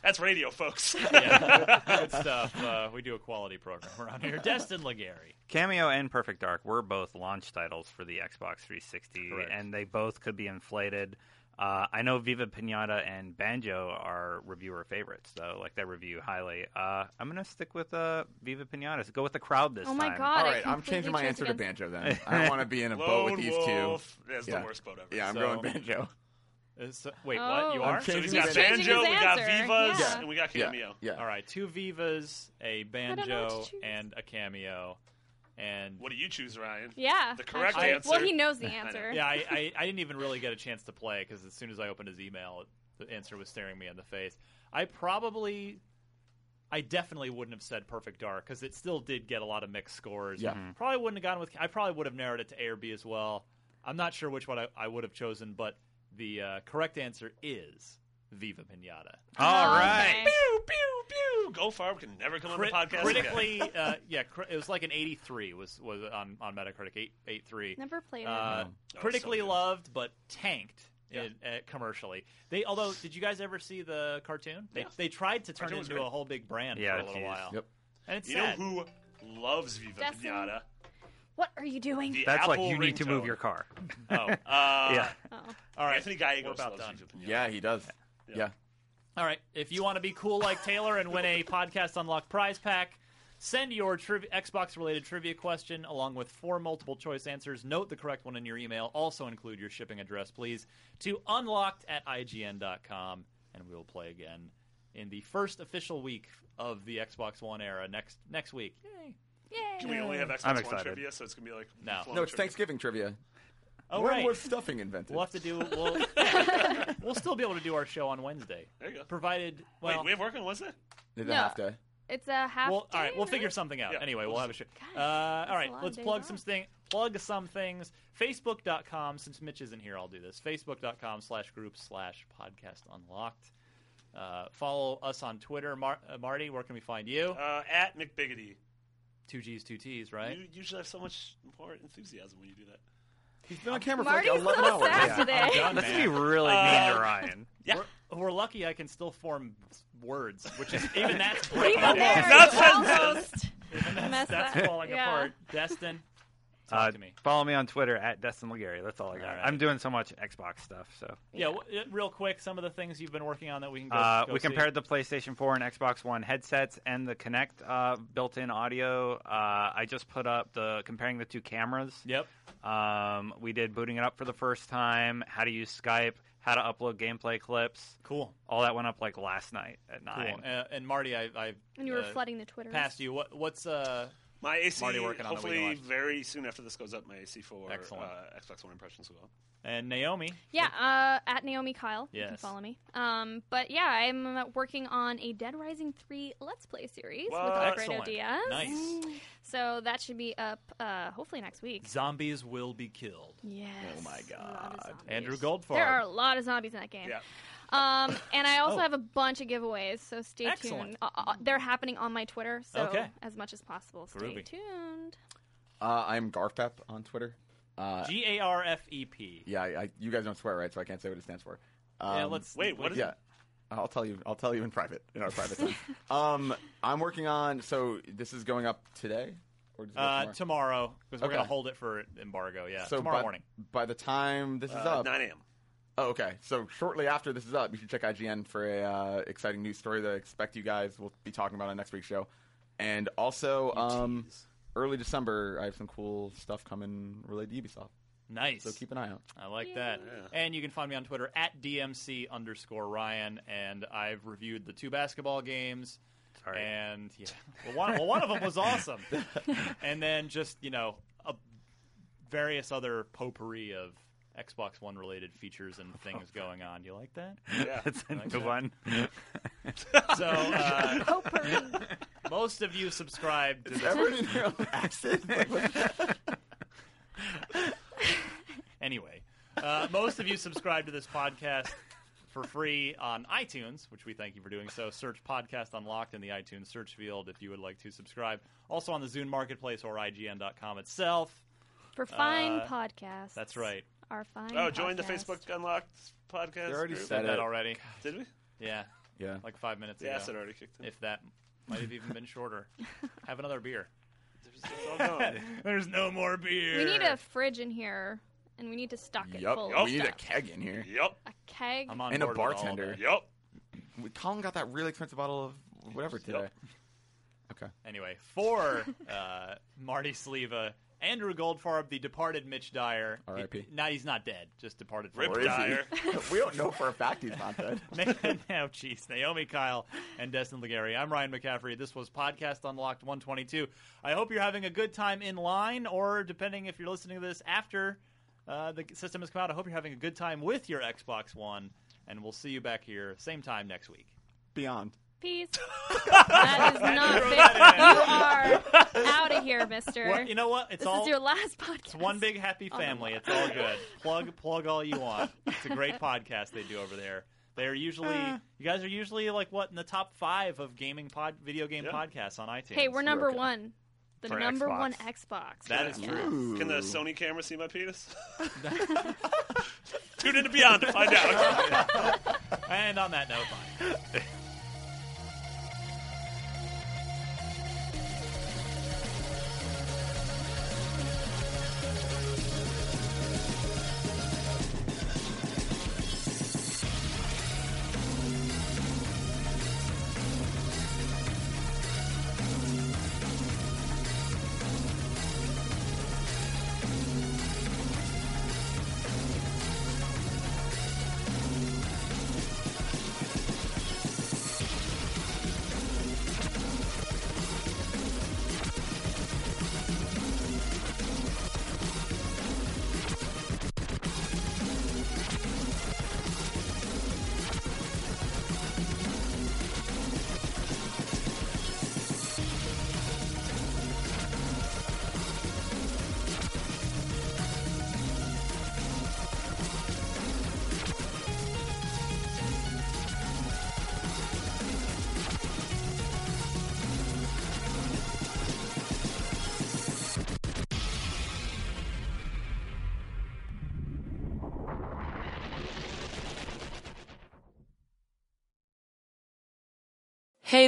That's radio, folks. Yeah. Good stuff. Uh, we do a quality program around here. Destin Legary. Cameo and Perfect Dark were both launch titles for the Xbox 360, Correct. and they both could be inflated. Uh, I know Viva Pinata and Banjo are reviewer favorites, though. Like they review highly. Uh, I'm gonna stick with uh, Viva Pinata. Go with the crowd this time. oh my god! All I right, I'm completely changing my chose answer to against- Banjo then. I don't want to be in a boat with Lone these Wolf. That's Yeah. the worst boat ever. two. Yeah, I'm So- going Banjo. Uh, so- wait, Oh. what? You I'm are? So changing he's He's got changing his banjo, we got answer. vivas, Yeah. and we got Yeah, cameo. yeah. All right, two vivas, know what a to banjo, choose. and a cameo, and What do you choose, Ryan? Yeah, The correct actually. Well, answer. he knows the answer. yeah, I, I, I didn't even really get a chance to play because as soon as I opened his email, the answer was staring me in the face. I probably, I definitely wouldn't have said Perfect Dark because it still did get a lot of mixed scores. Yeah. Mhm. probably wouldn't have gone with. I probably would have narrowed it to A or B as well. I'm not sure which one I, I would have chosen, but the uh, correct answer is Viva Pinata. All right. Okay. Pew, pew, pew. Go far. We can never come Cri- on the podcast. critically, uh, yeah, cri- it was like an 83 was was on on Metacritic eight eight three. Never played it. Uh, so critically good. loved, but tanked. Yeah. In, uh, commercially, they although did you guys ever see the cartoon? They, Yeah. they tried to turn Cartoon it was into great. a whole big brand Yeah, for a little geez. while, Yep. and it's You know sad. who loves Viva Destin. Pinata? what are you doing? The That's like Apple you need to move ringtone. your car. Oh, Uh, yeah. all right, Anthony Gallegos We're about loves done. Viva Pinata. Yeah, he does. Yeah. All right, if you want to be cool like Taylor and win a podcast unlocked prize pack, send your triv- Xbox related trivia question along with four multiple choice answers. Note the correct one in your email. Also include your shipping address, please, to unlocked at IGN.com, and we will play again in the first official week of the Xbox One era next next week. Yay. Can we only have Xbox I'm One excited. trivia? So it's gonna be like No. long No, it's trivia. Thanksgiving trivia. Oh, when right. was stuffing invented? We'll have to do. We'll, we'll still be able to do our show on Wednesday, There you go. provided. Wait, Well, we have work on Wednesday. Did No. I have to? It's a half. Well, all day, right, we'll right? figure something out. Yeah, anyway, we'll we'll have a just- show. Gosh, Uh, all a right, lot of let's days plug off. some thing. Plug some things. Facebook.com. Since Mitch isn't here, I'll do this. Facebook.com slash group slash podcast unlocked. Uh, follow us on Twitter, Mar- uh, Marty. Where can we find you? Uh, at McBiggity Two G's, two T's, right? You usually have so much more enthusiasm when you do that. He's been on camera Marty's for like 11 so hours. sad today. I'm done, Let's man. be really mean Uh, to Ryan. Yeah. We're, we're lucky I can still form words, which is even that's breaking Even down. there, Not you sentences. almost messed That's up. falling yeah. apart. Destin, talk Uh, to me. Follow me on Twitter at Destin Legary. That's all I got. All right. I'm doing so much Xbox stuff. So Yeah, w- uh, real quick, some of the things you've been working on that we can go. uh, go we see. compared the PlayStation 4 and Xbox One headsets and the Kinect uh, built-in audio. Uh, I just put up the comparing the two cameras. Yep. Um, we did booting it up for the first time. How to use Skype. How to upload gameplay clips. Cool. All that went up like last night at Cool. nine. Uh, and Marty, I, I And you were uh, flooding the Twitter. past you. What what's uh? My AC, Marty working on it, we hopefully, can watch. very soon after this goes up, my AC for uh, Excellent. Xbox One impressions will go up. And Naomi. Yeah, uh, at Naomi Kyle. You can Yes. follow me. Um, but yeah, I'm uh, working on a Dead Rising 3 Let's Play series Wow. with Alfredo Excellent. Diaz. Nice. So that should be up uh, hopefully next week. Zombies will be killed. Yes. Oh my a lot of zombies. Andrew Goldfarb. There are a lot of zombies in that game. Yeah. Um, and I also Oh. have a bunch of giveaways, so stay Excellent. tuned. Uh, uh, they're happening on my Twitter, so Okay. as much as possible, stay Groovy. tuned. Uh, I'm Garfep on Twitter. Uh, G A R F E P. yeah, I, I- you guys don't swear, right? So I can't say what it stands for. Um, Yeah, let's Wait, what is yeah. I'll tell you. I'll tell you in private. In our private time. Um, I'm working on. So this is going up today, or does it go Uh, tomorrow? tomorrow, because we're Okay. gonna hold it for embargo. Yeah, So tomorrow by, morning. By the time this is Uh, up, 9 a.m. Oh, okay. So shortly after this is up, you should check IGN for a uh, exciting news story that I expect you guys will be talking about on next week's show. And also, um, early December, I have some cool stuff coming related to Ubisoft. Nice. So keep an eye out. I like that. And you can find me on Twitter at DMC underscore Ryan. And I've reviewed the two basketball games. Sorry. And yeah, well, one, well, one of them was awesome. and then just, you know, a, various other potpourri of Xbox One related features and things going on. You like that? Yeah. That's a Like new that. one. So uh, most of you subscribed to the Everyone in their own accent. Like, what- Anyway, uh, most of you subscribe to this podcast for free on iTunes, which we thank you for doing so. Search Podcast Unlocked in the iTunes search field if you would like to subscribe. Also on the Zune Marketplace or IGN.com itself. For fine Uh, podcasts. That's right. Our fine Oh, join the podcast. Facebook Unlocked podcast. They already group. said Did that it. already? Did we? Yeah, Yeah. like five minutes The ago. acid already kicked in. If that might have even been shorter. have another beer. There's- it's all gone. There's no more beer. We need a fridge in here, and we need to stock it Yup. full. We of need a stuff. keg in here. Yup. a keg. I'm on And a board with all of bartender. that. Yup. We- Colin got that really expensive bottle of whatever today. Okay. Anyway, for uh, Marty Sleva, Andrew Goldfarb, the departed Mitch Dyer. R.I.P.. He- Not he's not dead, just departed. Rip Or is he? Dyer. we don't know for a fact he's not dead. now, oh, jeez, Naomi Kyle and Destin Legary. I'm Ryan McCaffrey. This was Podcast Unlocked 122. I hope you're having a good time in line, or depending if you're listening to this after uh, the system has come out. I hope you're having a good time with your Xbox One, and we'll see you back here same time next week. Beyond. Peace. that is not fair. You are out of here, mister. Well, you know what? It's this all is your last podcast. It's one big happy family. It's all good. Plug plug all you want. It's a great podcast they do over there. They're usually you guys are usually like what in the top five of gaming pod video game Yeah. podcasts on iTunes. Hey, we're number okay. one. The For number Xbox. one Xbox. That is true. Can the Sony camera see my penis? Tune into Beyond to find out. And on that note, bye. Hey